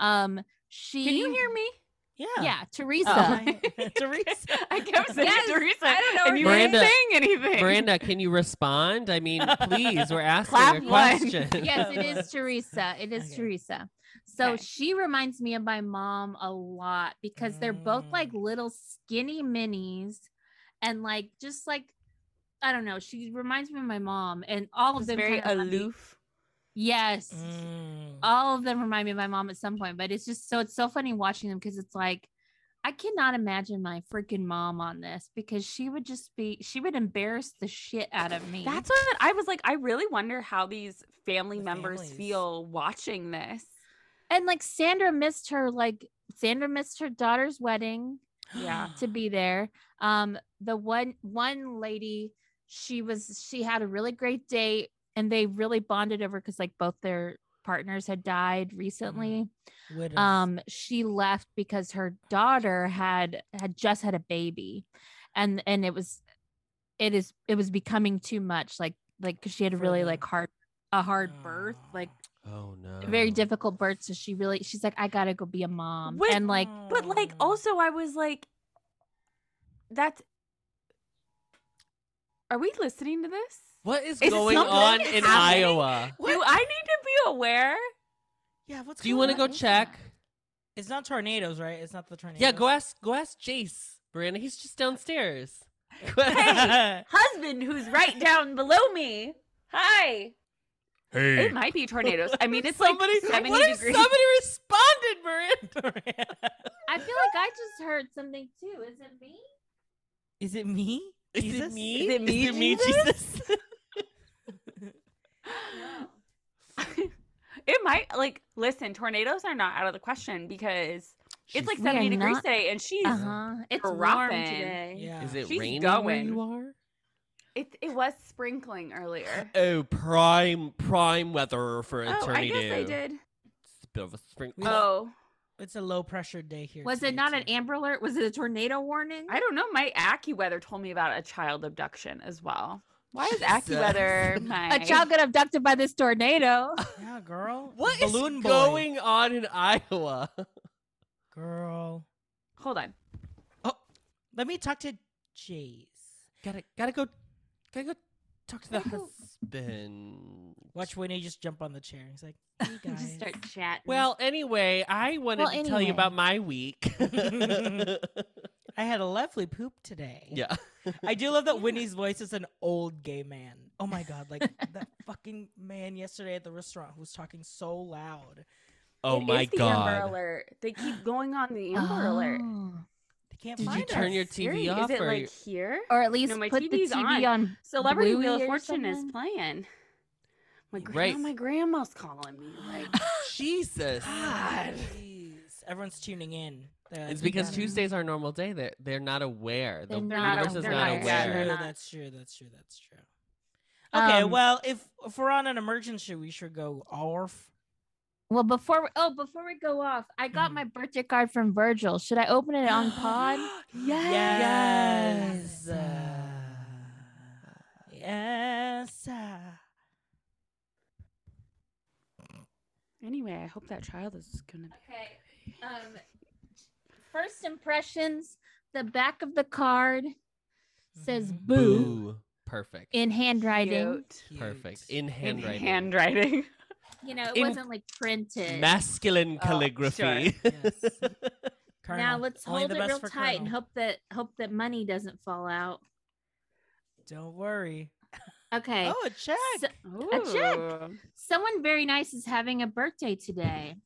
Um, she. Can you hear me? Oh. Yeah. Yeah, *laughs* Teresa. Hi, Teresa. I kept saying Yes, Teresa. I don't know her And you Miranda- weren't saying anything. Miranda, can you respond? I *laughs* mean, please, we're asking Clap a one. question. *laughs* *laughs* yes, it is Teresa. It is Okay. Teresa. So Okay. she reminds me of my mom a lot because they're both like Mm. little skinny minis and like just like I don't know, she reminds me of my mom and all of She's them very kinda remind me- aloof. Yes. Oh, Mm. All of them remind me of my mom at some point, but it's just so it's so funny watching them because it's like I cannot imagine my freaking mom on this because she would just be she would embarrass the shit out of me. That's what I was like. I really wonder how these family The members families. feel watching this. and like Sandra missed her like Sandra missed her daughter's wedding *gasps* Yeah. to be there. Um, the one one lady, she was she had a really great date, and they really bonded over because like both their partners had died recently. Widows. Um, she left because her daughter had had just had a baby, and and it was, it is it was becoming too much. Like like 'cause she had a For really them. like hard a hard birth like Oh no. very difficult birth so she really she's like i gotta go be a mom Wait, and like But like, Mm. also, I was like, that's. Are we listening to this? What is Is going something on in happening? Iowa? Do I need to be aware? yeah, what's Do you going want to on? go is check? It's not tornadoes, right? It's not the tornadoes. Yeah, go ask go ask Jace, Brianna. He's just downstairs. *laughs* Hey. Husband, who's right down below me. Hi. It might be tornadoes. I mean, it's somebody, like 70 what if degrees. somebody responded, Brianna? I feel like I just heard something too. Is it me? *laughs* Is it me? *laughs* Is Jesus? it me? Is it me, *laughs* Jesus? *laughs* it might, like, listen, tornadoes are not out of the question because it's like We are 70 degrees not- today and she's, Uh huh. It's warm Dropping. today. Yeah. Is it She's raining where going. you are? it, it was *laughs* sprinkling earlier. Oh, prime prime weather for a Oh, I tornado. guess I did. It's a bit of a spring. We love- Oh, It's a low pressure day here. Was it today, not an too. Amber Alert? Was it a tornado warning? I don't know. My AccuWeather told me about a child abduction as well. Why is Jesus. *laughs* AccuWeather my A child got abducted by this *laughs* tornado. Yeah, girl. What is Balloon boy. going on in Iowa? Girl. Hold on. Let me talk to Jace. *laughs* gotta gotta go gotta go talk to the Gotta go. husband. Watch Winnie just jump on the chair. He's *laughs* like, hey guys. just start chatting. Well, anyway, I wanted Well, to tell you anyway. about my *laughs* week. I had a lovely poop today. *laughs* yeah. I do love that Winnie's voice is an old gay man. Oh my god, *laughs* like that fucking man yesterday at the restaurant who was talking so loud. Oh It my is the Amber god. Alert. They *gasps* keep going on the Amber Alert. Oh. They can't Did you find turn us. your TV Siri, off Is it or- like here? Or at least No, my put the TV's TV on, Celebrity Wheel of Bluey or Fortune is something. playing. My grandma, Right. my grandma's calling me. *sighs* Like, *laughs* Jesus. God. Jeez. Everyone's tuning in. They're like, It's "We because gotta- Tuesday's our normal day. They're they're not aware. The They're not universe is aware. not They're not- aware. yeah. True, that's true. That's true. That's true. Okay, Um, well, if if we're on an emergency, we should go off. Well, before we, oh, before we go off, I got Mhm. my birthday card from Virgil. Should I open it *gasps* on Pod? *gasps* Yes. Yes. Yes. anyway, I hope that child is gonna be. Okay. Um, first impressions. The back of the card says Mm-hmm. Mhm. "boo" Perfect. in handwriting. Cute. Cute. Perfect. In In handwriting. *laughs* handwriting. You know, it In- wasn't like printed. Masculine Oh, calligraphy. *laughs* Yes. now Colonel. let's Only hold the it best real for tight and Colonel. hope that hope that money doesn't fall out. Don't worry. Okay. Oh, a check. So- A check. Someone very nice is having a birthday today. Hmm.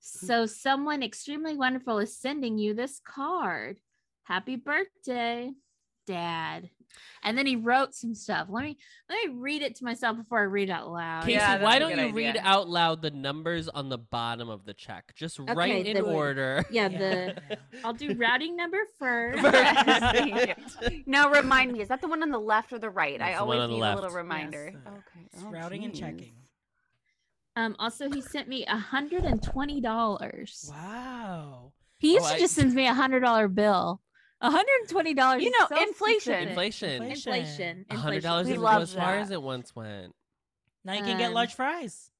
So someone extremely wonderful is sending you this card. Happy birthday, dad. And then he wrote some stuff. Let me let me read it to myself before I read it out loud. Casey, Oh, Yeah, that's why a don't good you idea. read out loud the numbers on the bottom of the check? Just right Okay, in the- *laughs* order. Yeah, the I'll do *laughs* routing number *laughs* first. Perfect. Now remind me, is that the one on the left or the right? I That's the one always on the need a left. little reminder. Yes, sir. okay. It's Oh, routing and geez. checking. Um, also he sent me hundred and twenty dollars. Wow. Oh, He usually I- just sends me a hundred dollar bill. hundred and twenty dollars. You know, inflation. Inflation. Inflation. A hundred dollars We even love go as far that. as it once went. Now you can get Um, large fries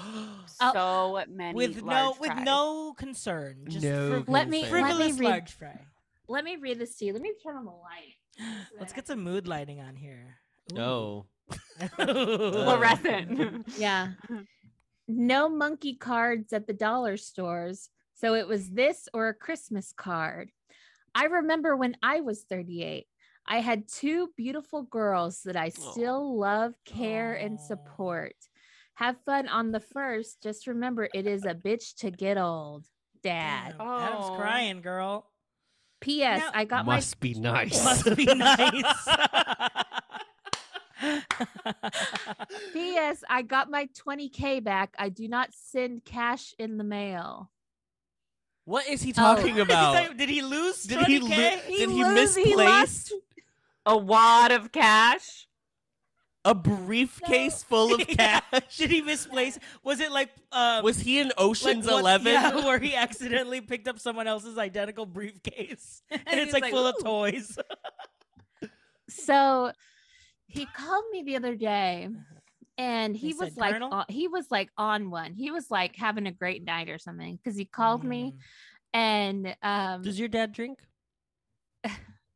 Oh. So many with no large with fries. *laughs* no concern. Just No friv- Let me- concern. let me frivolous read- large fry. Let me read this to you. Let me turn on the light. Let's get some mood lighting on here. *laughs* No. fluorescent. Yeah. Uh-huh. No monkey cards at the dollar stores. So it was this or a Christmas card. I remember when I was 38, I had two beautiful girls that I still love, care, and Aw. support. Have fun on the first. Just remember, it is a bitch to get old, dad. Damn, Adam's Oh. crying, *laughs* girl. P.S. Now- I got my Must be nice. Must be *laughs* nice. P.S. I got my 20K back. I do not send cash in the mail. what is Oh. he *laughs* talking about? Did he lose? Did he, lo- 20K? He did he lose- he misplace lost- a wad of cash. a briefcase full *laughs* of Yeah. cash? Did he misplace? Was it like um, Was he in like Ocean's what's- Eleven? yeah, where he accidentally picked up someone else's identical briefcase, and, he it's was like, like, full of "Ooh." toys. So he called me the other day and he They was said, like "Colonel?" on, he was like on one. He was like having a great night or something cuz he called me Mm. and Hmm. um Does your dad drink?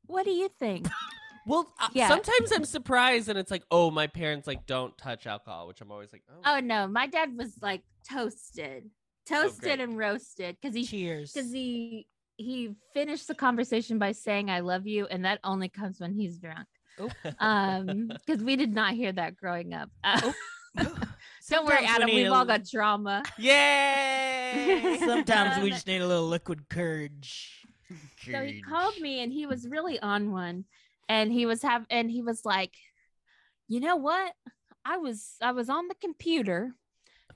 what do you think? *laughs* Well, uh, Yeah. sometimes I'm surprised, and it's like, oh, my *laughs* parents like don't touch alcohol, which I'm always like, oh, oh no, my dad was like toasted. toasted great. and roasted because he Cheers. because he he finished the conversation by saying i love you and that only comes when he's drunk Oop. um because we did not hear that growing up *laughs* uh, don't Sometimes worry we adam need we've a all got trauma *laughs* Yay! Sometimes we Um, just need a little liquid courage. so he called me and he was really on one and he was have and he was like you know what i was i was on the computer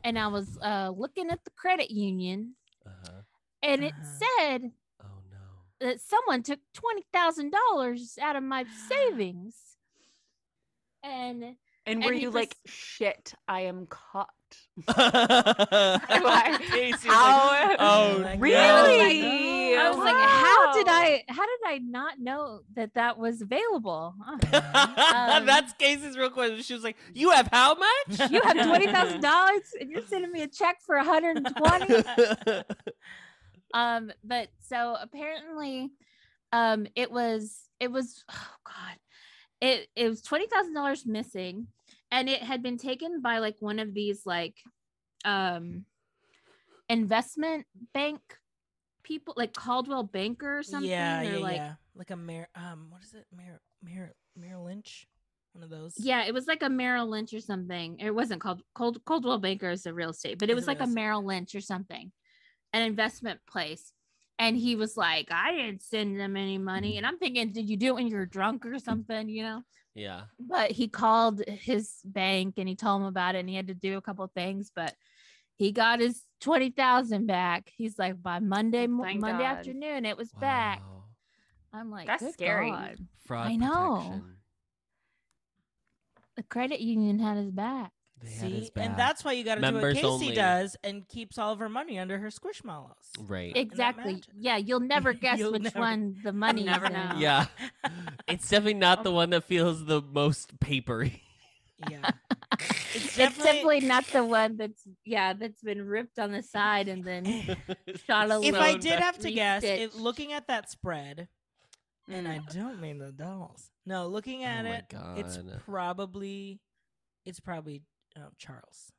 and i was uh looking at the credit union Uh-huh. and it Uh-huh. said Oh no. that someone took twenty thousand dollars out of my savings, and And were And he you pres- like, shit, I am caught? *laughs* *laughs* Casey was How- like, oh, Like, Really? I was like, "How did Wow. I? How did I not know that that was available? Uh, no." That's Um, Casey's real question. She was like, "You have how *laughs* much?" you have twenty thousand dollars, and you're sending me a check for one hundred and *laughs* twenty. um, but so apparently, um, it was it was *sighs* oh god, it it was twenty thousand dollars missing, and it had been taken by like one of these like, um, investment bank people like Caldwell Banker or something. yeah, or yeah, like, yeah. Like a mayor. Um, what is it? Mayor, mayor, mayor Lynch. One of those. Yeah, it was like a Merrill Lynch or something. It wasn't called Cold Coldwell Banker is a real estate, but it It's was a like real a estate. Merrill Lynch or something, an investment place. And he was like, I didn't send them any money. And I'm thinking, did you do it when you were drunk or something, you know? yeah. But he called his bank and he told him about it and he had to do a couple things, but he got his 20,000 back. He's like, by Monday, mo- Thank Monday God. afternoon, it was back. Oh. Wow. I'm like, That's "Good scary. God." Fraud I know. protection. The credit union had his back. They had his See, and back. that's why you got to do what Members Casey only. does and keeps all of her money under her squishmallows. *laughs* right. in that Exactly. match. Yeah, you'll never guess You'll which never- one the money. never is in. know. yeah. It's definitely not the one that feels the most papery. *laughs* yeah. It's It's definitely not the one that's yeah that's been ripped on the side and *laughs* then Shot a If little I bit. did have to guess, it, Restitched. looking at that spread, and I Mm. don't mean the dolls. No, looking at Oh my it, it's God. probably, it's probably um, Charles.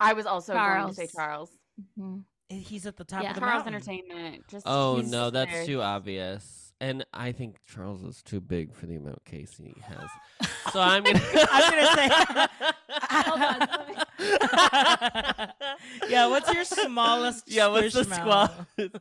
I was also going to Charles. say Charles. Mhm. Eh, He's at the top Yeah. of the Charles mountain. *laughs* Entertainment. Just Oh he's no, just that's there. too obvious. And I think Charles is too big for the amount Casey has. So *laughs* I'm gonna I'm gonna say- *laughs* Hold on, let me- yeah, what's your smallest? Yeah, what's the squishmallow? squad?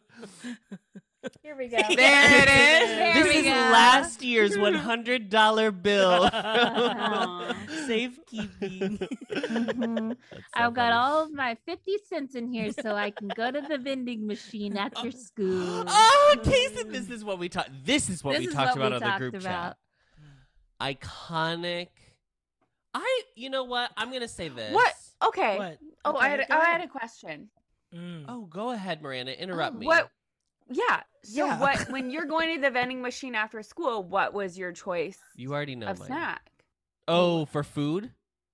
Here we go. *laughs* There it is. There this we is go. last year's one hundred dollar bill. *laughs* Aw. *laughs* Safekeeping. Mhm. That's *laughs* so I've got funny. *gasps* all of my fifty cents in here, so I can go to the vending machine after school. *laughs* Oh, Casey, this is what we talked. This is what This we is talked what we about on the talked group about. chat. Iconic. I. You know what? I'm gonna say this. Okay. What? Oh, I had, Okay, oh, go I ahead. had a question. Mm. Oh, go ahead, Miranda. Interrupt Oh, me. What? Yeah. So Yeah. what? When you're going to the vending machine after school, what was your choice You already know. of mine. snack? Oh, for food?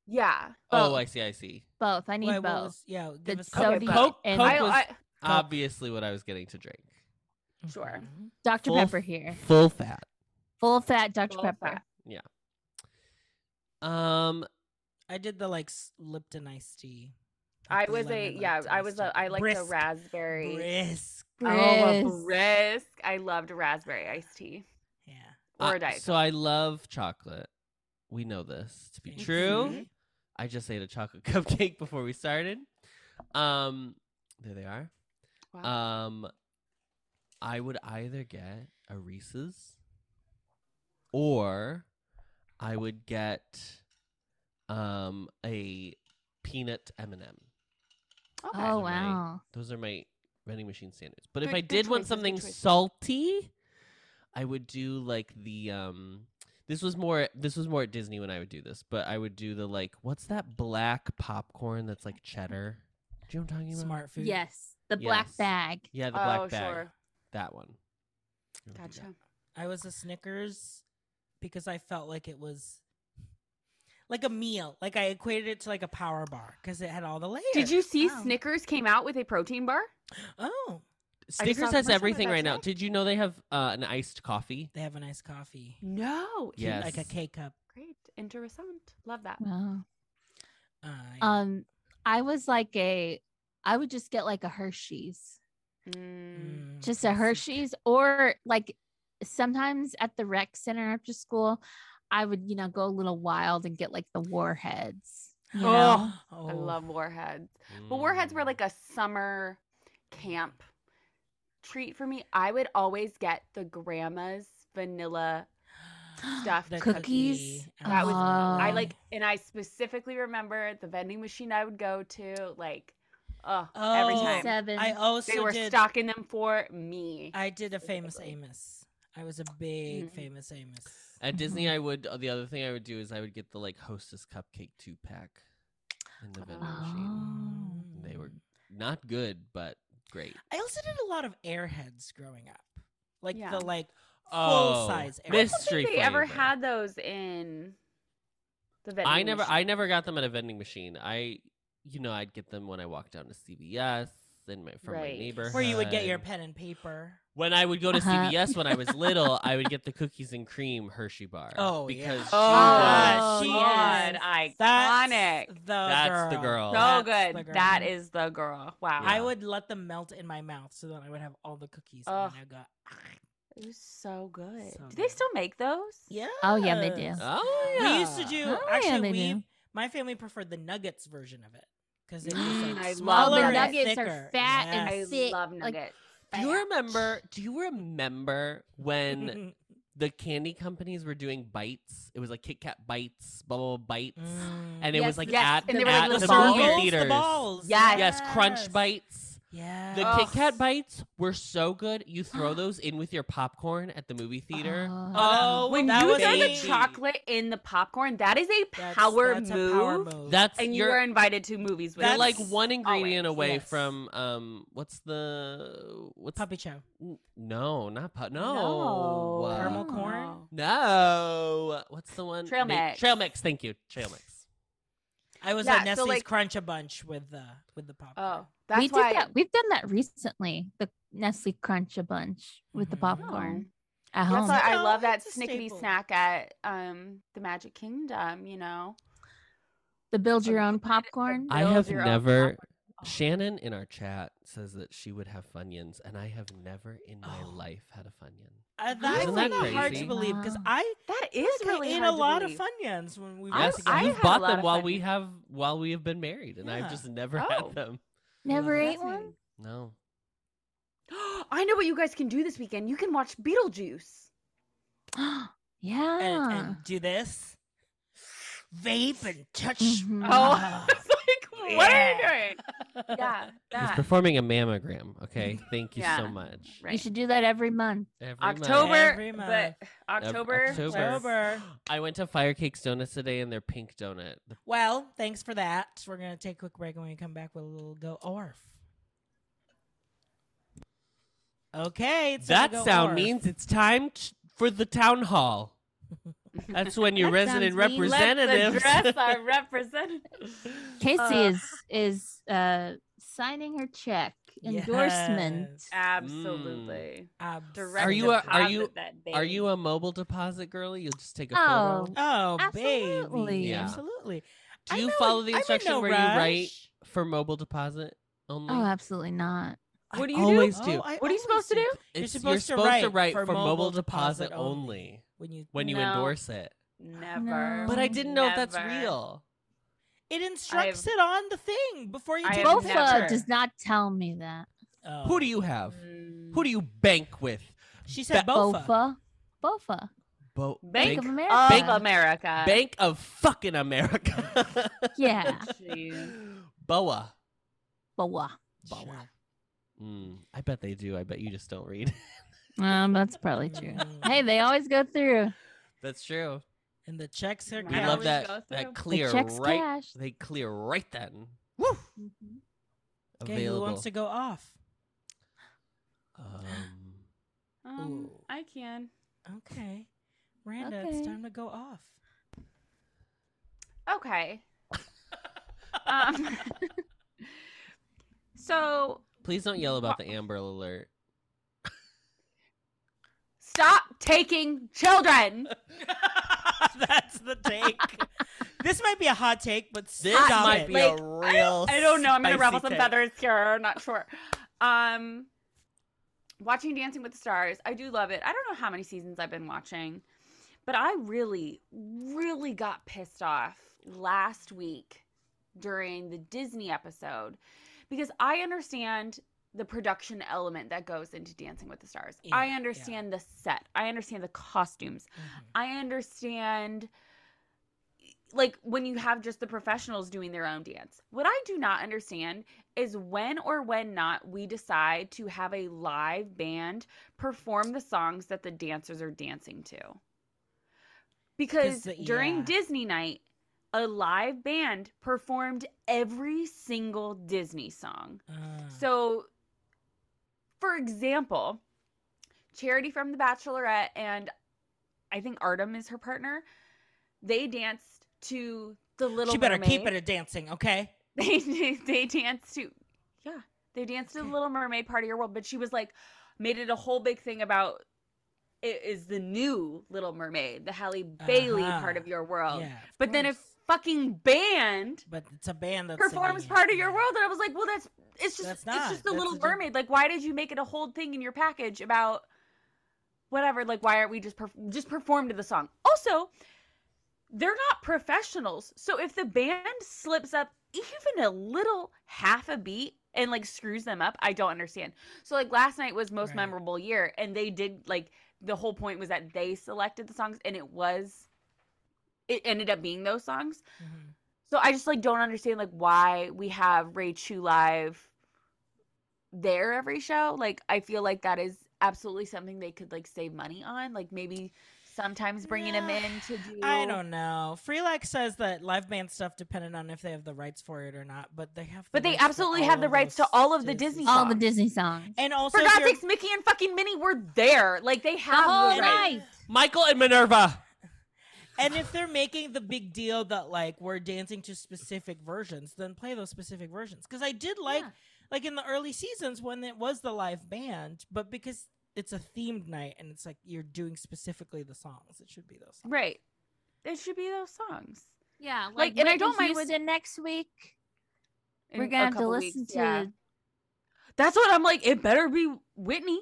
Yeah. Oh, Both. I see. I see. Both. I need Wait, what both. was- yeah, give The us Okay, but- sodium Coke, and Coke I, was I, obviously what I was getting to drink. Sure. Mhm. Dr full- Pepper here. Full fat. Full fat Dr Full Pepper. fat. Um, I did the like s- Lipton iced tea. I Like the was a lemon yeah. Lipton I iced was tea. a I liked the Brisk. raspberry. Brisk. Oh, Brisk. a brisk. I loved raspberry iced tea Yeah. uh, or a diet. so I love chocolate. We know this to be Thank true. you. I just ate a chocolate *laughs* cupcake before we started. Um, there they are. Wow. Um, I would either get a Reese's or I would get um a peanut M&M. Okay. Oh Those are my- wow. Those are my vending machine standards. But if Good- I good did want choices, good something choices. salty, I would do like the um this was more this was more at Disney when I would do this, but I would do the like what's that black popcorn that's like cheddar? Do you know what I'm talking about? Smart food. Yes. The black Yes. bag. Yeah, the oh, black bag. sure. That one. I would do Gotcha. that. I was a Snickers because I felt like it was like a meal. Like I equated it to like a power bar because it had all the layers. Did you see Wow. Snickers came out with a protein bar? Oh, I just saw a Snickers has commercial with everything that right now. today. Did you know they have uh, an iced coffee? they have a nice coffee. No. Cute, Like a Yes. K cup. Great. Interessant. Love that. Wow. Uh, yeah. Um, I was Um, like a, I would just get like a Hershey's, Mm. Mm, just a that's- Hershey's, or like sometimes at the rec center after school, I would, you know, go a little wild and get like the warheads. You know? Oh, *gasps* I love warheads. But warheads Mm. were like a summer camp treat for me. I would always get the grandma's vanilla stuffed The cookies. Uh, cookie. That was- I Oh. like and I specifically remember the vending machine I would go to like oh, every Oh, time. Seven. I also They were did. stocking them for me. I did a famous specifically. Amos. I was a big Mm-hmm. Mhm. famous Amos. At *laughs* Disney, I would uh, the other thing I would do is I would get the like Hostess cupcake two pack in the vending Oh. machine. Mm. They were not good, but great. I also did a lot of Airheads growing up, like Yeah. the like full Oh, size Airheads. I don't mystery think they ever flavor. had those in the vending I never, machine. I never got them at a vending machine. I, you know, I'd get them when I walked down to CVS in my from Right. my neighborhood. where you would get your pen and paper. When I would go to Uh-huh. CVS when I was little, I would get the cookies and cream Hershey bar. Oh, yeah. because Oh, God, she was- she God, is- iconic. That's the That's the girl. girl. so That's the good. girl. That is the girl. Wow. I Yeah. would let them melt in my mouth, so then I would have all the cookies. Ugh. And then I got It was so good. So do they good. still make those? yeah. Oh, yeah, they do. Oh yeah. We used to do Oh, yeah, actually. they we do. my family preferred the nuggets version of it because they Mm, was I like love smaller the and nuggets are thicker. fat and I Yes. Thick, love like- nuggets. Do you remember? Do you remember Mm-hmm. when the candy companies were doing bites? It was like Kit Kat bites, blah blah, blah bites, Mm. and it Yes, was like yes, at, and they were like at the little balls. movie Balls, the theaters. Yes. Yes, crunch Yes. bites. Yeah. The Ugh. Kit Kat bites were so good. You throw those in with your popcorn at the movie theater. Oh. oh, when that you was throw the amazing. chocolate in the popcorn, that is a That's- power that's move. A power move. That's Oh. And you Oh, your are invited to movies with They're That's- it. like one ingredient always, away yes. from um what's the what's puppy chow. n- no not pu- no uh, Caramel corn? no what's the one Trail Ma- mix. trail mix thank you trail mix I was Yeah, on so, Nestle's like- Crunch a bunch with the with the popcorn. Oh, that's we did why. that. We've done that recently. The Nestle Crunch a bunch with the Mhm. popcorn at um, That's home. why I Oh. No, love that it's a snickety staple. snack at um the Magic Kingdom. You know, the build your own Build your own popcorn. I Build have your own never popcorn. Shannon in our chat says that she would have funyuns and I have never in my Oh. life had a funyun Uh, that Isn't is that kind of hard to crazy? believe because Wow. I That is I really ate hard a to lot of *gasps* believe. Funyuns when we were I'm- yes together. I you've had a bought lot them of while we Funyuns. have while we have been married and Yeah. I've just never Oh. had them Never That's ate one. *gasps* no I know what you guys can do this weekend. You can watch Beetlejuice. yeah. and, and do this, vape and touch. Mhm. Oh, *laughs* Ah. I *laughs* was like, what are Yeah. you *laughs* doing? Yeah, he's that. performing a mammogram okay thank you so Yeah. much Right. You should do that every month. Every Every month. October, but month. Ev- October. October. was- October. I went to Firecakes Donuts today and their pink donut. The- Well, thanks for that. We're gonna take a quick break, and when we come back, we'll go orf. Okay, it's time That to go sound orf. means it's time t- for the town hall. That's when your That resident sounds mean. Let's representatives. *laughs* address our representatives. Mm. Casey Uh, is is uh signing her check endorsement. Yes. Absolutely. Abs- Direct Are you a- are deposit you- that Are you baby. a mobile deposit girly? You'll just take a Oh, photo. Oh, Absolutely. baby, Yeah. absolutely. Do I'm you no- follow the I'm in instruction no where you write rush. for mobile deposit only? oh, absolutely not. I What do you do? always Oh, do? I What are you always supposed to do? You're It's- supposed to write for, mobile deposit only When you, when you No. endorse it. Never. No. But I didn't know if that's Never. real. it instructs it on the thing before you I take have the Bofa picture. never- uh, does not tell me that. Oh. Who do you have? Mm. Who do you bank with? She said Bofa. Bofa. Bofa. Bo- Bank Bank of Of America. America. Bank of fucking America. *laughs* Yeah. Jeez. *laughs* Boa. Boa. Boa. Sure. Mm, I bet they do. I bet you just don't read. *laughs* Um, that's probably true. Mm. hey, they always go through. That's true. And the checks are We We I love always that. go That through. clear the checks right. cash. They clear right then. Woo. Mm-hmm. Okay, who Available. wants to go off? um, Um, Ooh. I can. Okay. Miranda, Okay. it's time to go off. Okay. *laughs* um, so please don't yell about the Amber Alert. stop taking children. *laughs* That's the take. This might be a hot take, but This stop might it. be Like, a real. I don't know. I'm gonna spicy ruffle some take. feathers here. Not sure. Um, watching Dancing with the Stars, I do love it. I don't know how many seasons I've been watching, but I really, really got pissed off last week during the Disney episode because I understand the production element that goes into Dancing with the Stars. Yeah, I yeah. understand the set. I understand the costumes. Mhm. I understand like when you have just the professionals doing their own dance. What I do not understand is when or when not we decide to have a live band perform the songs that the dancers are dancing to. Because the- during yeah. Disney night, a live band performed every single Disney song. Uh, So, for example, Charity from The Bachelorette and I think Artem is her partner. They danced to the Little. she better keep it Mermaid. a dancing, okay? *laughs* They they danced to, yeah, they danced to the Little Mermaid part of your world. But she was like, made it a whole big thing about it is the new Little Mermaid, the Halle Bailey part Uh-huh. of your world. yeah. of Oh. but then a course. fucking band but it's a band that's performs singing it, part of your yeah. world and i was like well that's it's just That's it's not- just the that's little a di- mermaid like why did you make it a whole thing in your package about whatever like why aren't we just perf- just perform to the song also they're not professionals so if the band slips up even a little half a beat and like screws them up i don't understand so like last night was most Right. memorable year and they did like the whole point was that they selected the songs and it was it ended up being those songs Mhm. so I just like don't understand like why we have Ray Chu live there every show. Like I feel like that is absolutely something they could like save money on. Like maybe sometimes bringing him Nah, in to do. I don't know. Freelak says that live band stuff dependent on if they have the rights for it or not, but they have. The But they rights for absolutely all have the of rights those to all of the Disney Disney songs. All the Disney songs. And also, For if God's you're- sakes, Mickey and fucking Minnie were there. Like they the have whole the right. night. Michael and Minerva. and if they're making the big deal that like we're dancing to specific versions, then play those specific versions. Because I did like, Yeah. like in the early seasons when it was the live band, but because it's a themed night and it's like you're doing specifically the songs, it should be those. Songs. Right. It should be those songs. Yeah, Like, like, and I Whitney don't mind when- Houston next week. in We're a gonna have to couple listen weeks, to. yeah. That's what I'm like. It better be Whitney.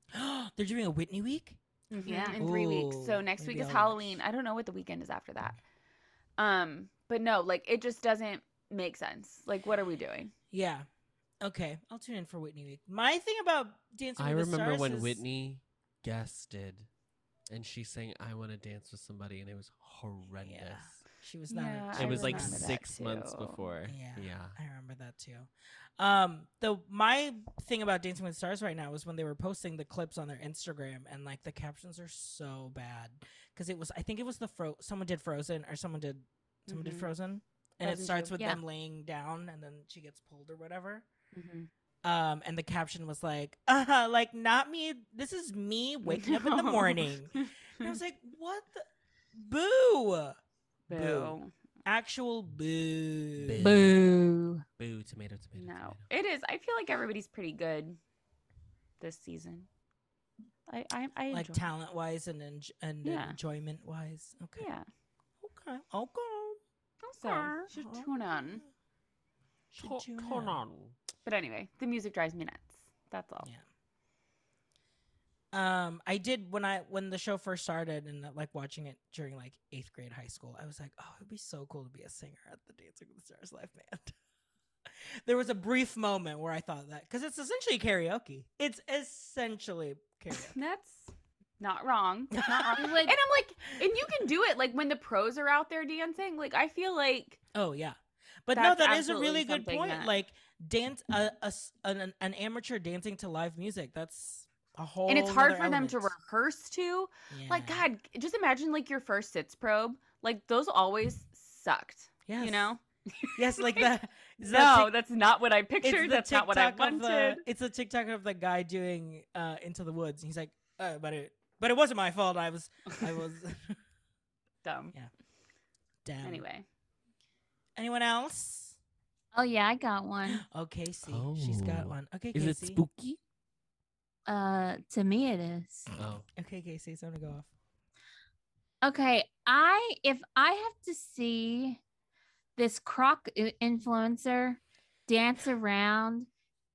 *gasps* they're doing a Whitney week. Yeah. Mm-hmm. in three weeks. So Ooh, next week maybe is I'll watch. Halloween. I don't know what the weekend is after that. Um, but no, like it just doesn't make sense. Like, what are we doing? Yeah. Okay, I'll tune in for Whitney week. My thing about Dancing I with the remember Stars when is- Whitney guested, and she sang "I Want to Dance with Somebody," and it was horrendous. she was not. Yeah, a, I It was like remember that six months too. before. Yeah. yeah. I remember that too. Um, the my thing about Dancing with the Stars right now is when they were posting the clips on their Instagram and like the captions are so bad because it was I think it was the fro someone did Frozen or someone did someone Mhm. did Frozen and it Frozen starts two. with Yeah. them laying down and then she gets pulled or whatever. Mm-hmm. Um, and the caption was like, uh, like not me. This is me waking up in the *laughs* No. morning. And I was like, what? the Boo! Boo. Boo. Actual boo. Boo. Boo. Boo, tomato, tomato. No, tomato. it is. I feel like everybody's pretty good this season. I I, I enjoy. Like it. talent wise and en- and Yeah. enjoyment wise. Okay. Yeah. Okay. Okay. Uh-huh. So should tune on. Should Tu- tune turn in. on. But anyway, the music drives me nuts. That's all. Yeah. Um, I did when I when the show first started and uh, like watching it during like eighth grade high school, I was like, oh, it'd be so cool to be a singer at the Dancing with the Stars live band. *laughs* there was a brief moment where I thought that because it's essentially karaoke. It's essentially karaoke. That's *laughs* not wrong. Not wrong. Like, and I'm like, and you can do it. Like when the pros are out there dancing, like I feel like oh yeah, but That's no, that is a absolutely really good something point. that- Like dance, a, a s- an, an amateur dancing to live music. That's a whole. and it's hard for nother them to element. rehearse to. Like Yeah. God, just imagine like your first sits probe. Like those always sucked. Yes. You know? Yes, like the *laughs* is that No, tic- that's not what I pictured. the That's not what I TikTok wanted. of the- it's a TikTok of the guy doing uh, Into the Woods. and He's like, uh, but it, but it wasn't my fault. I was, *laughs* I was. *laughs* Dumb. Damn. Anyway, anyone else? oh yeah, I got one. Oh, Casey, she's got Oh. one. Okay, Is Casey. it spooky? Uh, to me it is. Oh, Okay, Casey, it's time to go off. Okay, I if I have to see this croc i- influencer dance around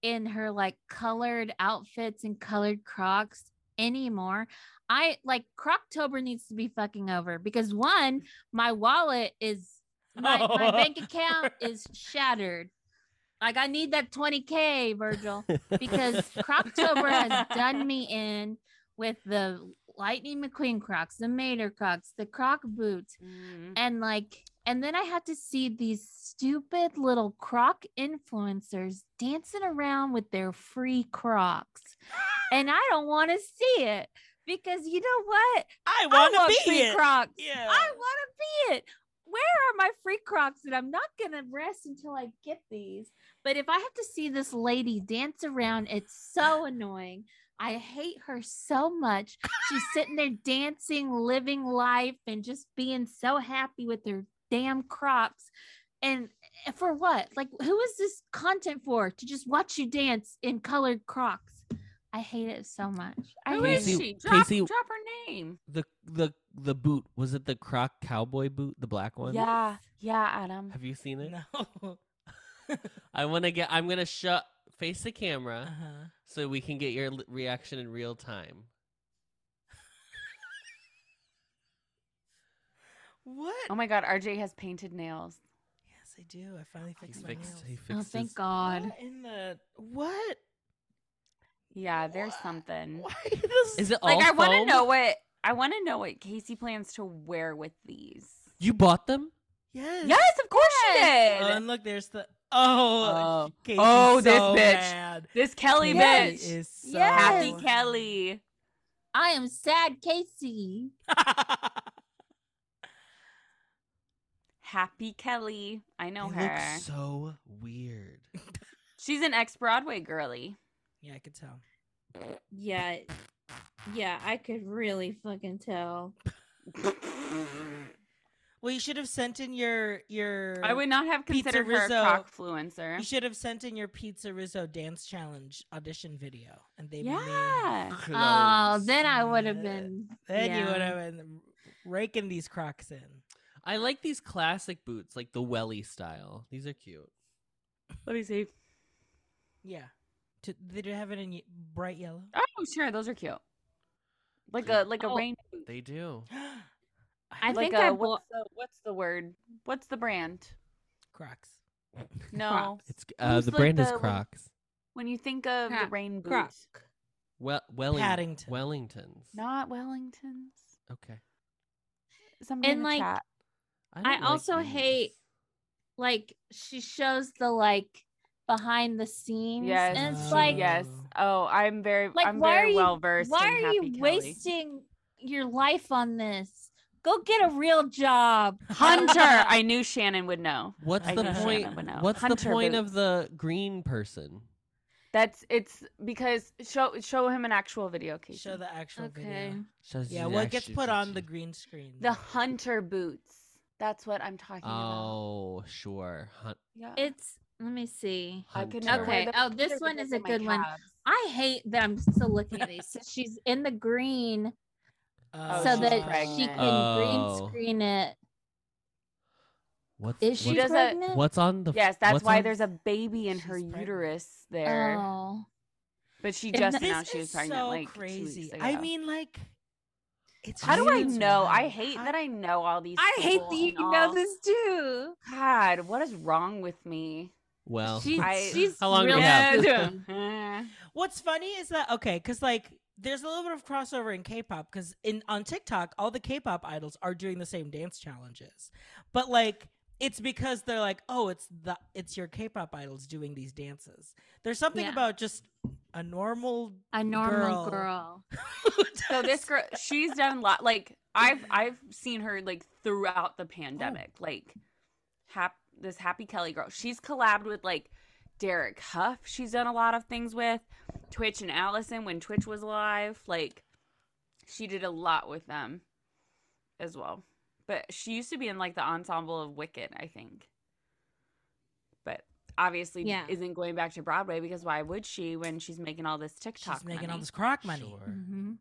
in her like colored outfits and colored crocs anymore, I like Croctober needs to be fucking over because one, my wallet is my, my bank account is shattered. Like I need that 20k, Virgil, *laughs* because Croctober has done me in with the Lightning McQueen Crocs, the Mater Crocs, the Croc boots, Mm-hmm. Mm. and like, and then I had to see these stupid little Croc influencers dancing around with their free Crocs, and I don't want to see it because you know what? I I want want to free be it. Crocs. Yeah. I Oh. want to be it. Where are my free crocs that I'm not going to rest until I get these? But if I have to see this lady dance around, it's *sighs* so annoying. I hate her so much. She's sitting there dancing, living life, and just being so happy with her damn crocs. And eh, for what? Like, who is this content for? To just watch you dance in colored crocs. I hate it so much. I Who hate is it. she? Drop, Casey- drop her name. The the the boot was it the Croc cowboy boot, the black one? Yeah, yeah, Adam. Have you seen it? *laughs* No. I want to get. I'm gonna shut face the camera Uh-huh. so we can get your l- reaction in real time. What? Oh my God, RJ has painted nails. yes, I do. I finally He fixed my fixed. nails. He Oh, fixed. thank God. What in the what? Yeah, there's Wha- something. *laughs* Why this? Is it all? Like I want to foam? know what I want to know what Casey plans to wear with these. You bought *laughs* them? yes. Yes, of course she Oh, did. and look, there's the oh. Oh. Casey's Oh, this so bitch. mad. this Kelly Yes. bitch, is so Yes. happy Yes. Kelly. I am sad, Casey. Happy Kelly. I know They look her. so weird. She's an ex Broadway girly. *laughs* yeah, I could tell. Yeah. Yeah, I could really fucking tell. Well, you should have sent in your your. I would not have Pizza considered her a Rizzo. cockfluencer. You should have sent in your Pizza Rizzo dance challenge audition video, and they may. Yeah. Oh, Clothes. then I would Uh, have been. Then you yeah. would have been raking these crocs in. I like these classic boots, like the welly style. These are cute. Let me see. Yeah. To, did you have it in ye- bright yellow? *gasps* Oh, sure, those are cute. Like a like a Oh. rain. They do. I like think a, I bought. what's the what's the word? What's the brand? Crocs. No. Crocs. It's uh, Who's the like brand is the one- Crocs. When you think of the Croc- rain boot, Croc. Well, Welling- Paddington. Wellingtons. not Wellingtons. Okay. Somebody And, in the like, chat. don't I like also these. hate- Like she shows the like behind the scenes. Yes, and it's she- like, yes. Oh, I'm very, like I'm why are very you? well versed. why in are Happy you Kelly. wasting your life on this? Go get a real job. Hunter? *laughs* I knew Shannon would know. What's I the know. point? Shannon would know. What's the Hunter point of boots. the green person? That's it's because show show him an actual video, Casey. Show the actual Okay. video. Shows Yeah, you what gets actually- put on the green screen? The though. hunter boots. That's what I'm talking about. Oh, sure. Hun- Yeah. *laughs* It's let me see. I could Hunter. never wear Okay, the oh, this hunter one boots is a on my good one. calves. I hate that I'm still looking at these. So she's in the green Uh, Oh, so she's that she pregnant. can Oh. green screen it. What's Is she She what's, does a- pregnant? what's on the? Yes, that's what's why on- there's a baby in her She's pregnant. uterus there. Oh. But she And just This announced she was is pregnant so like two crazy. weeks ago. I mean, like, it's how do I really know? I wild. hate How- that I know all these. I hate people that you and all. know this too. God, what is wrong with me? Well, She- I- she's How long do real we have? spooky. *laughs* *laughs* What's funny is that okay, because like there's a little bit of crossover in K-pop because in on TikTok, all the K-pop idols are doing the same dance challenges, but like it's because they're like, oh, it's the it's your K-pop idols doing these dances. There's something Yeah. about just a normal *laughs* *laughs* A Girl. normal girl. who so this *laughs* does- girl, she's done a lot. Like I've I've seen her like throughout the pandemic. Like, hap this Happy Kelly girl. She's collabed with like Derek Huff. She's done a lot of things with Twitch and Allison when Twitch was alive. Like, she did a lot with them as well. But she used to be in like the ensemble of Wicked, I think. But obviously, Yeah. isn't going back to Broadway because why would she when she's making all this TikTok? she's making all money? Mm-hmm. this croc money. Sure. Mhm.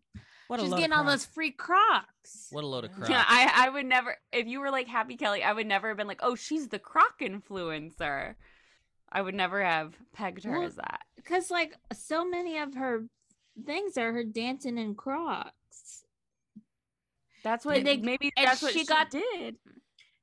What a She's load of getting all crap. those free Crocs. What a load of Yeah, crap. Yeah, I, I would never. If you were like Happy Kelly, I would never have been like, oh, she's the croc influencer. I would never have pegged her Well, as that. Because like so many of her things are her dancing in Crocs. That's what and they- maybe and that's what she she got- got did.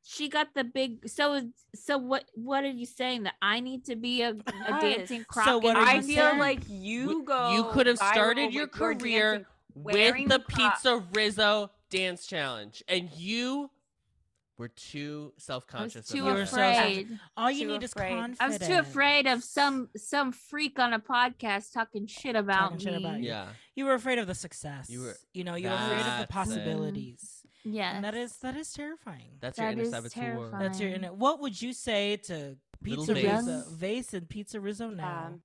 She got the big. So is- so what? What are you saying that I need to be a, a Yes. dancing Croc? So what are I you feel saying? like you go. you could have viral started your with your career dancing- with wearing the the crop. pizza Rizzo dance challenge, and you were too self conscious. too You were so afraid. All you too need is afraid. I confidence. was I was too afraid of some some freak on a podcast talking shit about shit me. about you. Yeah, You were afraid of the success. You You were. were- You know, you were afraid of the That's it. possibilities. Yes. And that is that is terrifying. that's That your is inner saboteur. terrifying. That's your. inner- What would you say to Little Pizza Vase. Rizzo, Vase, and Pizza Rizzo now? Um,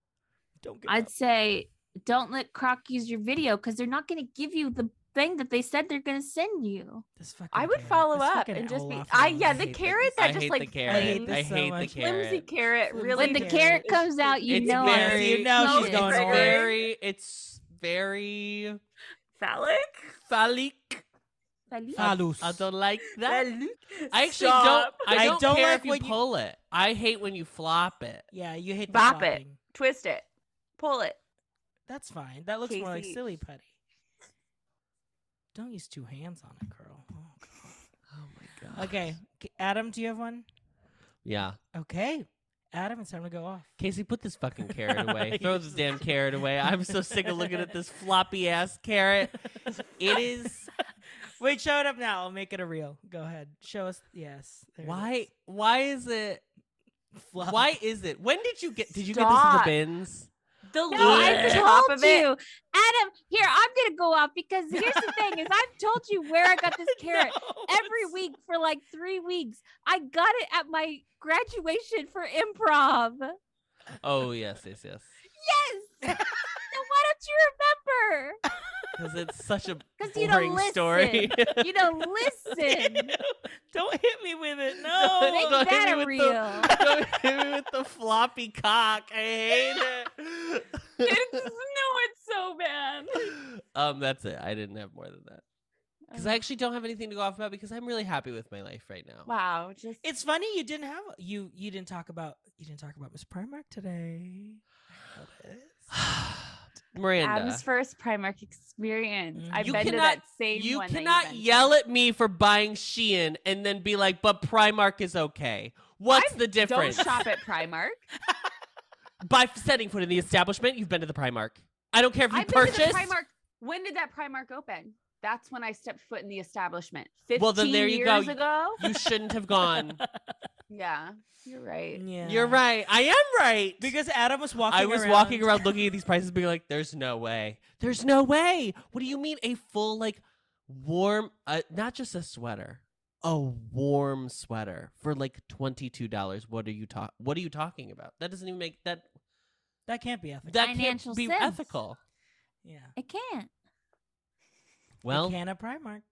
Don't give I'd up. say don't let Croc use your video because they're not going to give you the thing that they said they're going to send you. This fucking I would carrot. follow This up fucking and just be. Olaf I Lund. yeah, I the hate carrot this. I that just hate like the carrot. I hate, hate this so the much. flimsy carrot. carrot When really. when the Really? carrot It's comes just- out, you it's know it's- very, You know she's it's going all in. very, it's very phallic. phallic. it's Fuck. Phallus. I don't like that. Phallic. I actually Stop. don't. I I don't, don't care like if you when you- pull it. I hate when you flop it. Yeah, you hate the Bop it. flopping. twist it, pull it. That's fine. That looks more like Casey. silly putty. Don't use two hands on it, girl. Oh, God. Oh my god. Okay, K- Adam, do you have one? Yeah. Okay, Adam, it's time to go off. *laughs* Casey, put this fucking *laughs* carrot away. Throw this damn carrot away. I'm so sick of looking at this floppy ass carrot. *laughs* It is Wait, show it up now. I'll make it a reel. Go ahead. Show us. Yes. there it why why is it is. Flop. why is it? When did you get did you Stop. get this in the bins? The No, lid I at the top told of it. you, Adam. Here, I'm gonna go off because here's the thing: is I've told you where I got this carrot No, every it's- week for like three weeks. I got it at my graduation for improv. Oh yes, yes, yes. Yes. so why don't you remember? Because it's such *laughs* a 'Cause you don't boring story. *laughs* You know, listen. Don't hit me with *laughs* it. Don't- No. Make don't hit that me a with the- reel. Don't *laughs* hit me with the floppy cock. I hate It's, it. *laughs* no, it's so bad. um, that's it. I didn't have more than that. Because I actually don't have anything to go off about because I'm really happy with my life right now. wow, just it's funny you didn't have you you didn't talk about you didn't talk about Miss Primark today. I noticed. *sighs* Miranda, Adam's first Primark experience. Mhm. I've Mm, You been cannot- to that same you one. that cannot mentioned. yell at me for buying Shein and then be like, but Primark is okay. What's I'm- the Don't difference? *laughs* shop at Primark. By setting foot in the establishment, you've been to the Primark. I don't care if you I've been to purchased. the Primark. When did that Primark open? That's when I stepped foot in the establishment. Fifteen Well, then there you go. years ago. You shouldn't have *laughs* gone. Yeah, you're right. Yeah. You're right. I am right. Because Adam was walking I was walking around looking at these prices, being like, "There's no way. There's no way. What do you mean a full like warm? Uh, not just a sweater, a warm sweater for like twenty two dollars. What are you talk? What are you talking about? That doesn't even make that That can't be ethical. that Financial can't be sense. ethical. yeah. I can't. Well, can a Primark.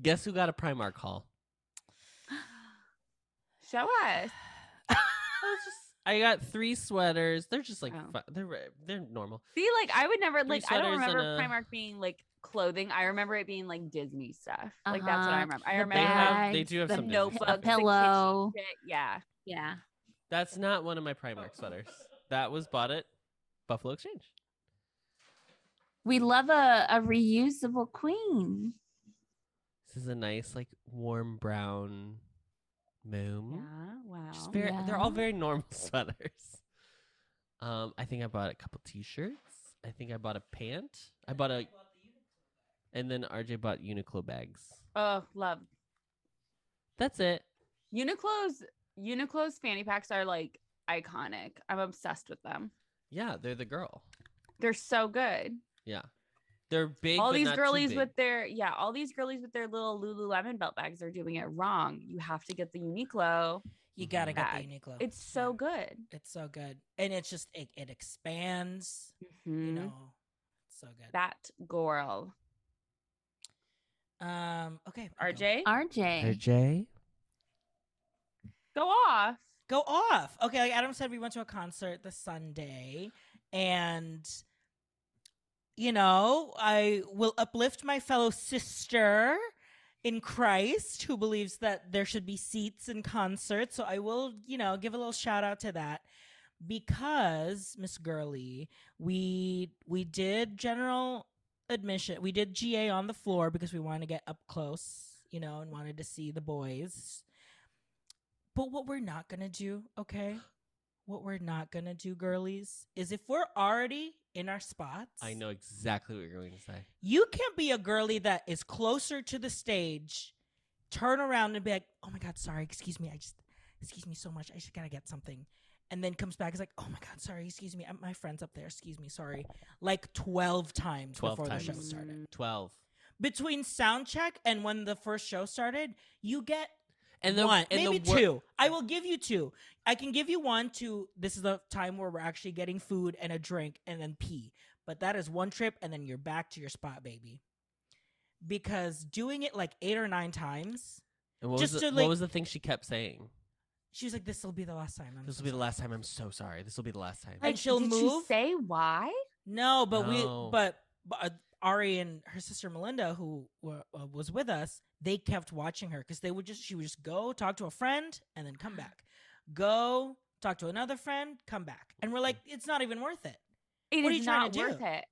guess who got a Primark haul? Show us. I was just. I got three sweaters. They're just like Oh. fi- they're re- they're normal. See, like I would never like. I don't sweaters and remember a- Primark being like clothing. I remember it being like Disney stuff. Like that's what Uh-huh. I remember. I The remember They like, have they bags, do have the some Disney notebook, stuff A in the it. kitchen pillow. shit. Yeah. Yeah. That's not one of my Primark sweaters. That was bought at Buffalo Exchange. We love a, a reusable queen. This is a nice, like, warm brown moon. Yeah. Wow. Just very, They're all Yeah. very *laughs* normal sweaters. Um, I think I bought a couple T-shirts. I think I bought a pant. I bought a, and then RJ bought Uniqlo bags. Oh, love. That's it. Uniqlo's Uniqlo's fanny packs are like iconic. I'm obsessed with them. Yeah, they're the girl. They're so good. Yeah, they're big. all but these not too girlies big. with their yeah, all these girlies with their little Lululemon belt bags are doing it wrong. You have to get the Uniqlo. You gotta get the Bag. Uniqlo. It's so Yeah. good. It's so good, and it's just it, it expands. You Mm-hmm. Mhm. know, so good. That girl. Um. Okay. I'll go. RJ, RJ. RJ. go off. go off. Okay, like Adam said, we went to a concert this Sunday, and you know, I will uplift my fellow sister in Christ who believes that there should be seats in concerts. So I will, you know, give a little shout out to that because Miss Gurley, we we did general admission. We did GA on the floor because we wanted to get up close, you know, and wanted to see the boys. But what we're not going to do, okay? What we're not going to do, girlies, is if we're already in our spots. I know exactly what you're going to say. You can't be a girly that is closer to the stage, turn around and be like, oh my God, sorry, excuse me. I just, excuse me so much. I just gotta get something. And then comes back, is like, oh my God, sorry, excuse me. uh, My friend's up there, excuse me, sorry. Like 12 times 12 before times. the show started. 12. Between sound check and when the first show started, you get And the one, and maybe the wor- two. I will give you two. I can give you one to this is the time where we're actually getting food and a drink and then pee. But that is one trip and then you're back to your spot, baby. Because doing it like eight or nine times, And what, Just was to, the, like- what was the thing she kept saying? she was like, "This will be the last time." I'm This so will be the sorry." last time. I'm so sorry. This will be the last time. Like, she'll did move. She say why? No, but No. we, but, but uh, Ari and her sister Melinda, who were, uh, was with us, they kept watching her because they would just she would just go talk to a friend and then *gasps* come back, go talk to another friend, come back, and we're like, it's not even worth it. It What are is you trying not to worth do? it.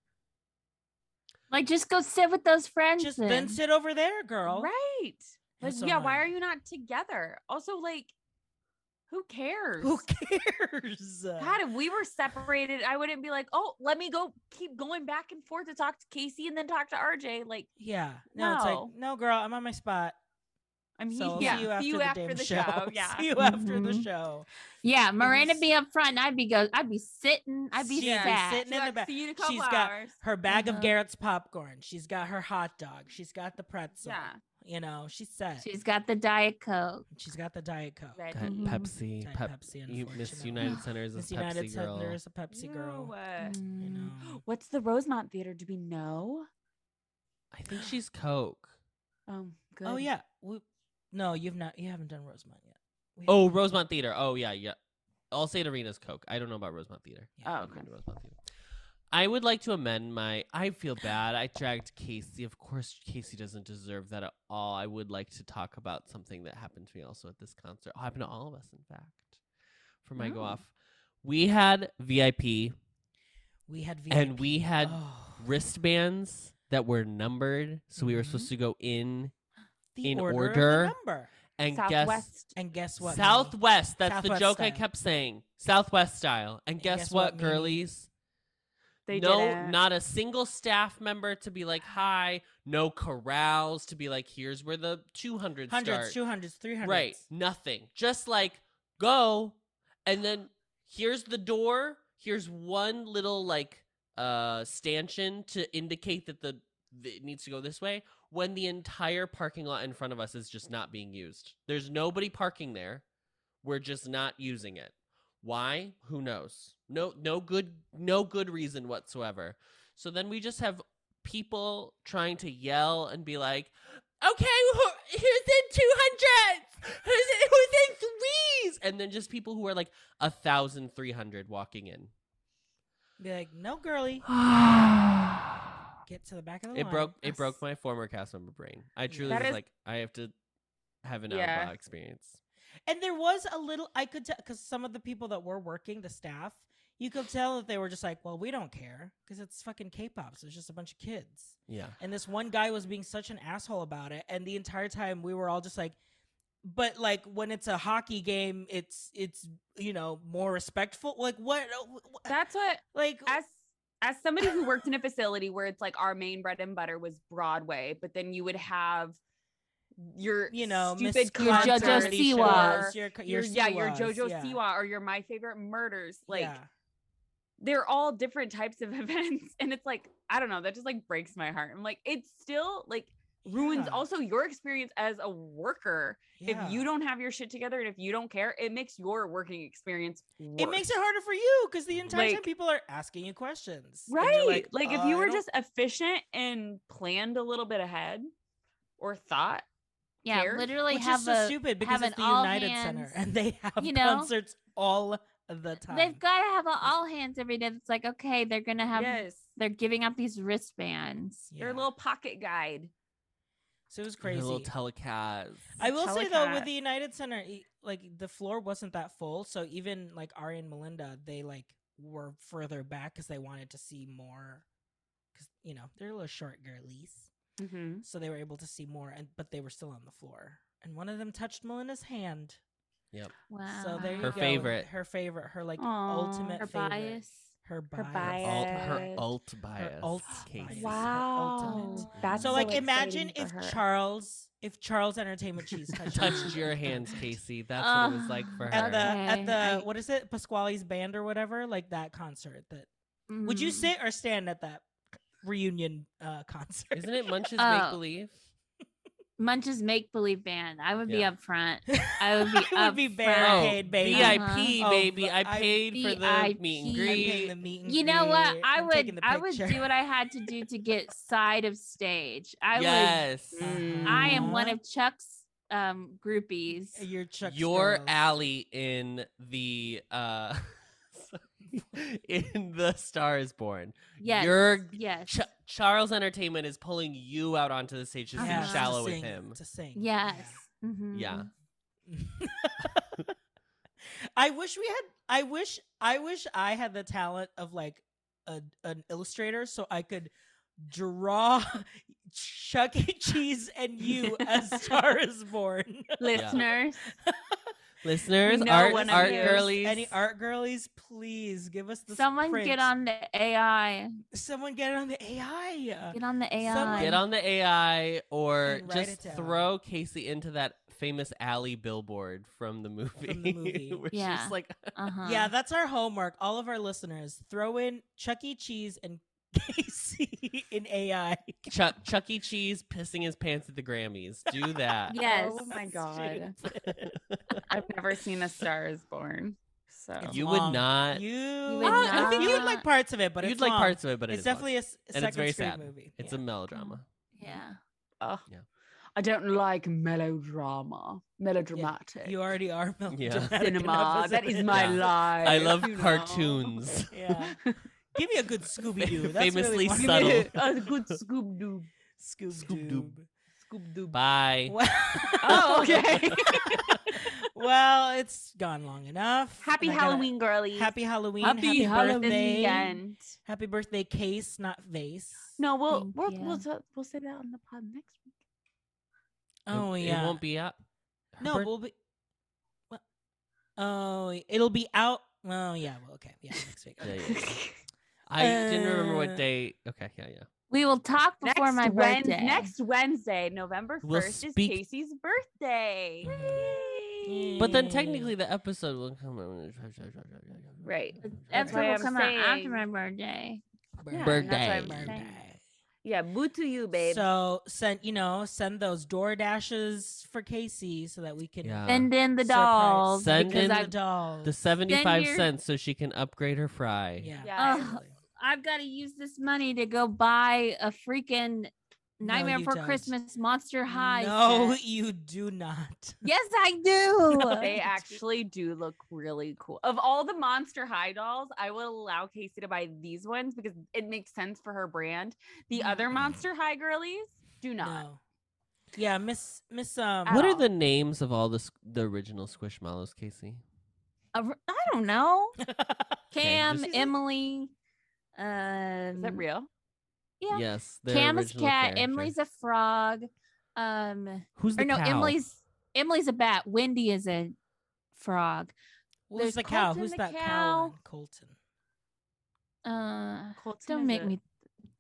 Like, just go sit with those friends. Just then sit over there, girl. Right. It Like, was so yeah, why are annoying. you not together? Also, like, who *laughs* cares? Who cares? *laughs* God, if we were separated, I wouldn't be like, oh, let me go keep going back and forth to talk to Casey and then talk to RJ. Like, *laughs* Yeah. No, it's No. like, no, girl, I'm on my spot. I'm So I'll here. see you after the, damn show. *laughs* Yeah. Mm-hmm. See you after the Mhm. show. yeah, Miranda was- be up front. and I'd be go. I'd be sitting. I'd be She'd be sat. sitting in the back. See you in a couple She's got hours. her bag Mm-hmm. Uh-huh. of Garrett's popcorn. She's got her hot dog. She's got the pretzel. Yeah. You know, she's set. She's got the diet coke. she's got the Diet Coke. Red. That Mhm. Pepsi, Diet Pep- Pepsi, you- Miss unfortunately. *laughs* United Center is a Miss Pepsi United girl. Center is a Pepsi girl. Ew, uh, You know. *gasps* What's the Rosemont Theater? Do we know? I think she's Coke. Oh, good. Oh yeah. We, no, you've not. You haven't done Rosemont yet. We haven't Oh, done- Rosemont Theater. Oh yeah, yeah. I'll say Arena's Coke. I don't know about Rosemont Theater. Yeah. Oh, I haven't okay. been to Rosemont Theater. I would like to amend my. I feel bad. I dragged Casey. Of course, Casey doesn't deserve that at all. I would like to talk about something that happened to me also at this concert. Oh, happened to all of us, in fact. For my go Oh. off, we had VIP We had VIP. and we had Oh. wristbands that were numbered, so we were Mhm. supposed to go in the in order, order. Of the number. and guess Southwest. And guess what? Mimi? Southwest. That's the Southwest joke I style. kept saying. Southwest style. And And guess, guess what, what, Mimi? girlies? They no, didn't. not a single staff member to be like, hi. No corrals to be like, here's where the 200 Hundreds, start. two hundreds, three hundreds. Right. Nothing. Just like, go. And then here's the door. Here's one little like uh stanchion to indicate that the that it needs to go this way when the entire parking lot in front of us is just not being used. There's nobody parking there. We're just not using it. Why? Who knows? No no good no good reason whatsoever. So then we just have people trying to yell and be like, "Okay, who, who's in two hundreds? Who's in, who's in threes? And then just people who are like a thousand three hundred walking in. Be like, no, *sighs* girly, it get to the back of the line. broke it broke my former cast member brain. I truly That was is- like, I have to have an Yeah. outlaw experience. And there was a little I could tell because some of the people that were working, the staff, you could tell that they were just like, "Well, we don't care because it's fucking K-pop, so it's just a bunch of kids." Yeah. And this one guy was being such an asshole about it, and the entire time we were all just like, "But like when it's a hockey game, it's it's you know more respectful. Like what? wh- wh- That's what Like as as somebody who worked in a facility where it's like our main bread and butter was Broadway, but then you would have your you know, Miss stupid Your JoJo concerts Controversy Siwas. shows, or your, co- your, your yeah, your Siwas, JoJo yeah, Siwa or your My Favorite Murders. Like yeah. they're all different types of *laughs* events, and it's like I don't know. That just like breaks my heart. I'm like, it's still like ruins Yeah. also your experience as a worker Yeah. if you don't have your shit together and if you don't care it makes your working experience it makes it worse. harder for you because the entire time Like- people are asking you questions. and right you're like, if "Uh, I you were don't just efficient and planned a little bit ahead or thought Yeah, Care? literally Which have is so a. stupid because have it's the an all United Center *laughs* hands, and they have you know? concerts all the time. They've got to have an all hands every day. That's like, okay, they're gonna have yes They're giving up these wristbands. Your little pocket guide. So it was Your Little crazy. telecast. I will say though, with telecat. the United Center, e- like the floor wasn't that full, so even like Ari and Melinda, they like were further back because they wanted to see more. Because you know they're a little short girlies, Mm-hmm. so they were able to see more, and but they were still on the floor. And one of them touched Melinda's hand. Wow. So there you Her go. favorite. Her favorite. Her like Ah. Aw, ultimate Her favorite. bias. Her Her bias. Her bias. alt, her Yes. alt bias. alt Casey. bias. Wow. ultimate. That's So like imagine exciting if for her. Charles if Charles Entertainment *laughs* Cheese touched, Touched your hands, Casey. That's what it was like for her. at the at Okay, the I- what is it Pasquale's band or whatever like that concert that would you Mm. sit or stand at that reunion uh *laughs* concert Isn't it Munch's Oh. make believe? Munch's make believe band? I would be Yeah. *laughs* up front. I would be I would up be front. Oh, barricade baby VIP, Uh-huh. baby. Oh, I I- paid for the meet and VIP. I'm greet. paying the meet and You know what? greet. I I'm taking would the I would picture. *laughs* do what I had to do *laughs* to get side of stage. I yes. would Mm. I am one Uh-huh. of Chuck's um groupies. your Chuck Your Sparrows. alley in the uh *laughs* in the Star is Born. Yes. Your yes. Ch- Charles Entertainment is pulling you out onto the stage to sing Yeah, Uh-huh. shallow to with sing, him. to sing yes. Yeah. Mhm. Yeah. I wish we had. I wish. I wish I had the talent of like a, an illustrator, so I could draw *laughs* Chuck E. Cheese and you as *laughs* Star is Born. Listeners, Listeners, know art, one of art you. girlies. Any art girlies, please give us the Someone get on the AI. Someone get on the AI. Get on the AI. Someone- Get on the AI or And write just it down. throw Casey into that famous alley billboard from the movie. movie. *laughs* where Yeah. she's like, Uh-huh. *laughs* Yeah, that's our homework. All of our listeners, throw in Chuck E. Cheese and *laughs* Casey in AI. Chuck, Chuck E. Cheese pissing his pants at the Grammys. *laughs* Do that. *laughs* Yes. Oh my God. I've never seen A Star is Born. So It's you long. would not. You, would I think you would like not- parts of it, but you'd it's like long. parts of it, but it it's is long. definitely a s- it's second very screen sad. movie. It's Yeah. a melodrama. Yeah. Ugh. Yeah. I don't like melodrama, melodramatic you *laughs* already are melodramatic enough cinema. as That it is my Yeah. life. I love *laughs* you know. cartoons. Yeah. Give me a good Scooby Doo. really Famously Give *laughs* *laughs* me subtle. *laughs* a good Scoob Doo, Scooby Doo. Scoob-Doob. Scoob Doo. Bye. *laughs* Oh, *laughs* okay. well, it's gone long enough. Happy and I gotta- Halloween, girlies. Happy Halloween. Oh Happy Happy, Halloween. birthday. End. Happy birthday, case, not vase. No, we'll Thank we'll you. we'll, ta- we'll say that on the pod next week. Oh It- yeah. It won't be up. Her no, birth- we'll be. Well, oh, it'll be out. Oh yeah. Well, okay. Yeah, next week. Yeah, Okay. *laughs* yeah, yeah. *laughs* I didn't remember Uh, what day. Okay, yeah, yeah. We will talk before next my Wen- birthday. next Wednesday, November 1st We'll is speak- Casey's birthday. But then Mm. technically, the episode will come out. Right. That's That's what why will I'm come out after saying- my birthday. *laughs* Yeah, Birthday. that's what I'm Birthday. Yeah, boo to you, babe. So send you know send those door dashes for Casey so that we can Yeah. Send in the Uh, surprise- dolls. Send because in the I've, dolls. The seventy-five your- cents, so she can upgrade her fry. yeah. Yeah. totally. I've got to use this money to go buy a freaking Nightmare you Before don't. Christmas Monster High. No, *laughs* set. you do not. Yes, I do. *laughs* *laughs* They actually do look really cool. Of all the Monster High dolls, I will allow Casey to buy these ones because it makes sense for her brand. The Mm. other Monster High girlies do not. No. Yeah, Miss Miss um. *laughs* At What all. are the names of all the s- the original Squishmallows, Casey? A r- I don't know. Cam, just- Emily. Um, Is that real? Yeah. Yes, their Cam is original cat. character. Emily's a frog. Um, Who's the or no, cow? Emily's Emily's a bat. Wendy is a frog. Who's There's the cow? Colton Who's the that cow? one? cow. Colton. Uh, Colton don't is make a- me.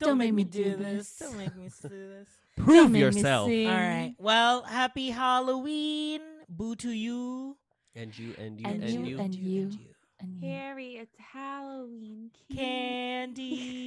Don't, make me do this. Don't make me do this. Don't Prove make me yourself. All sing. right. Well, happy Halloween. Boo to you. And you, and you, And and you, you. and- you. And you- Harry, it's Halloween. Candy.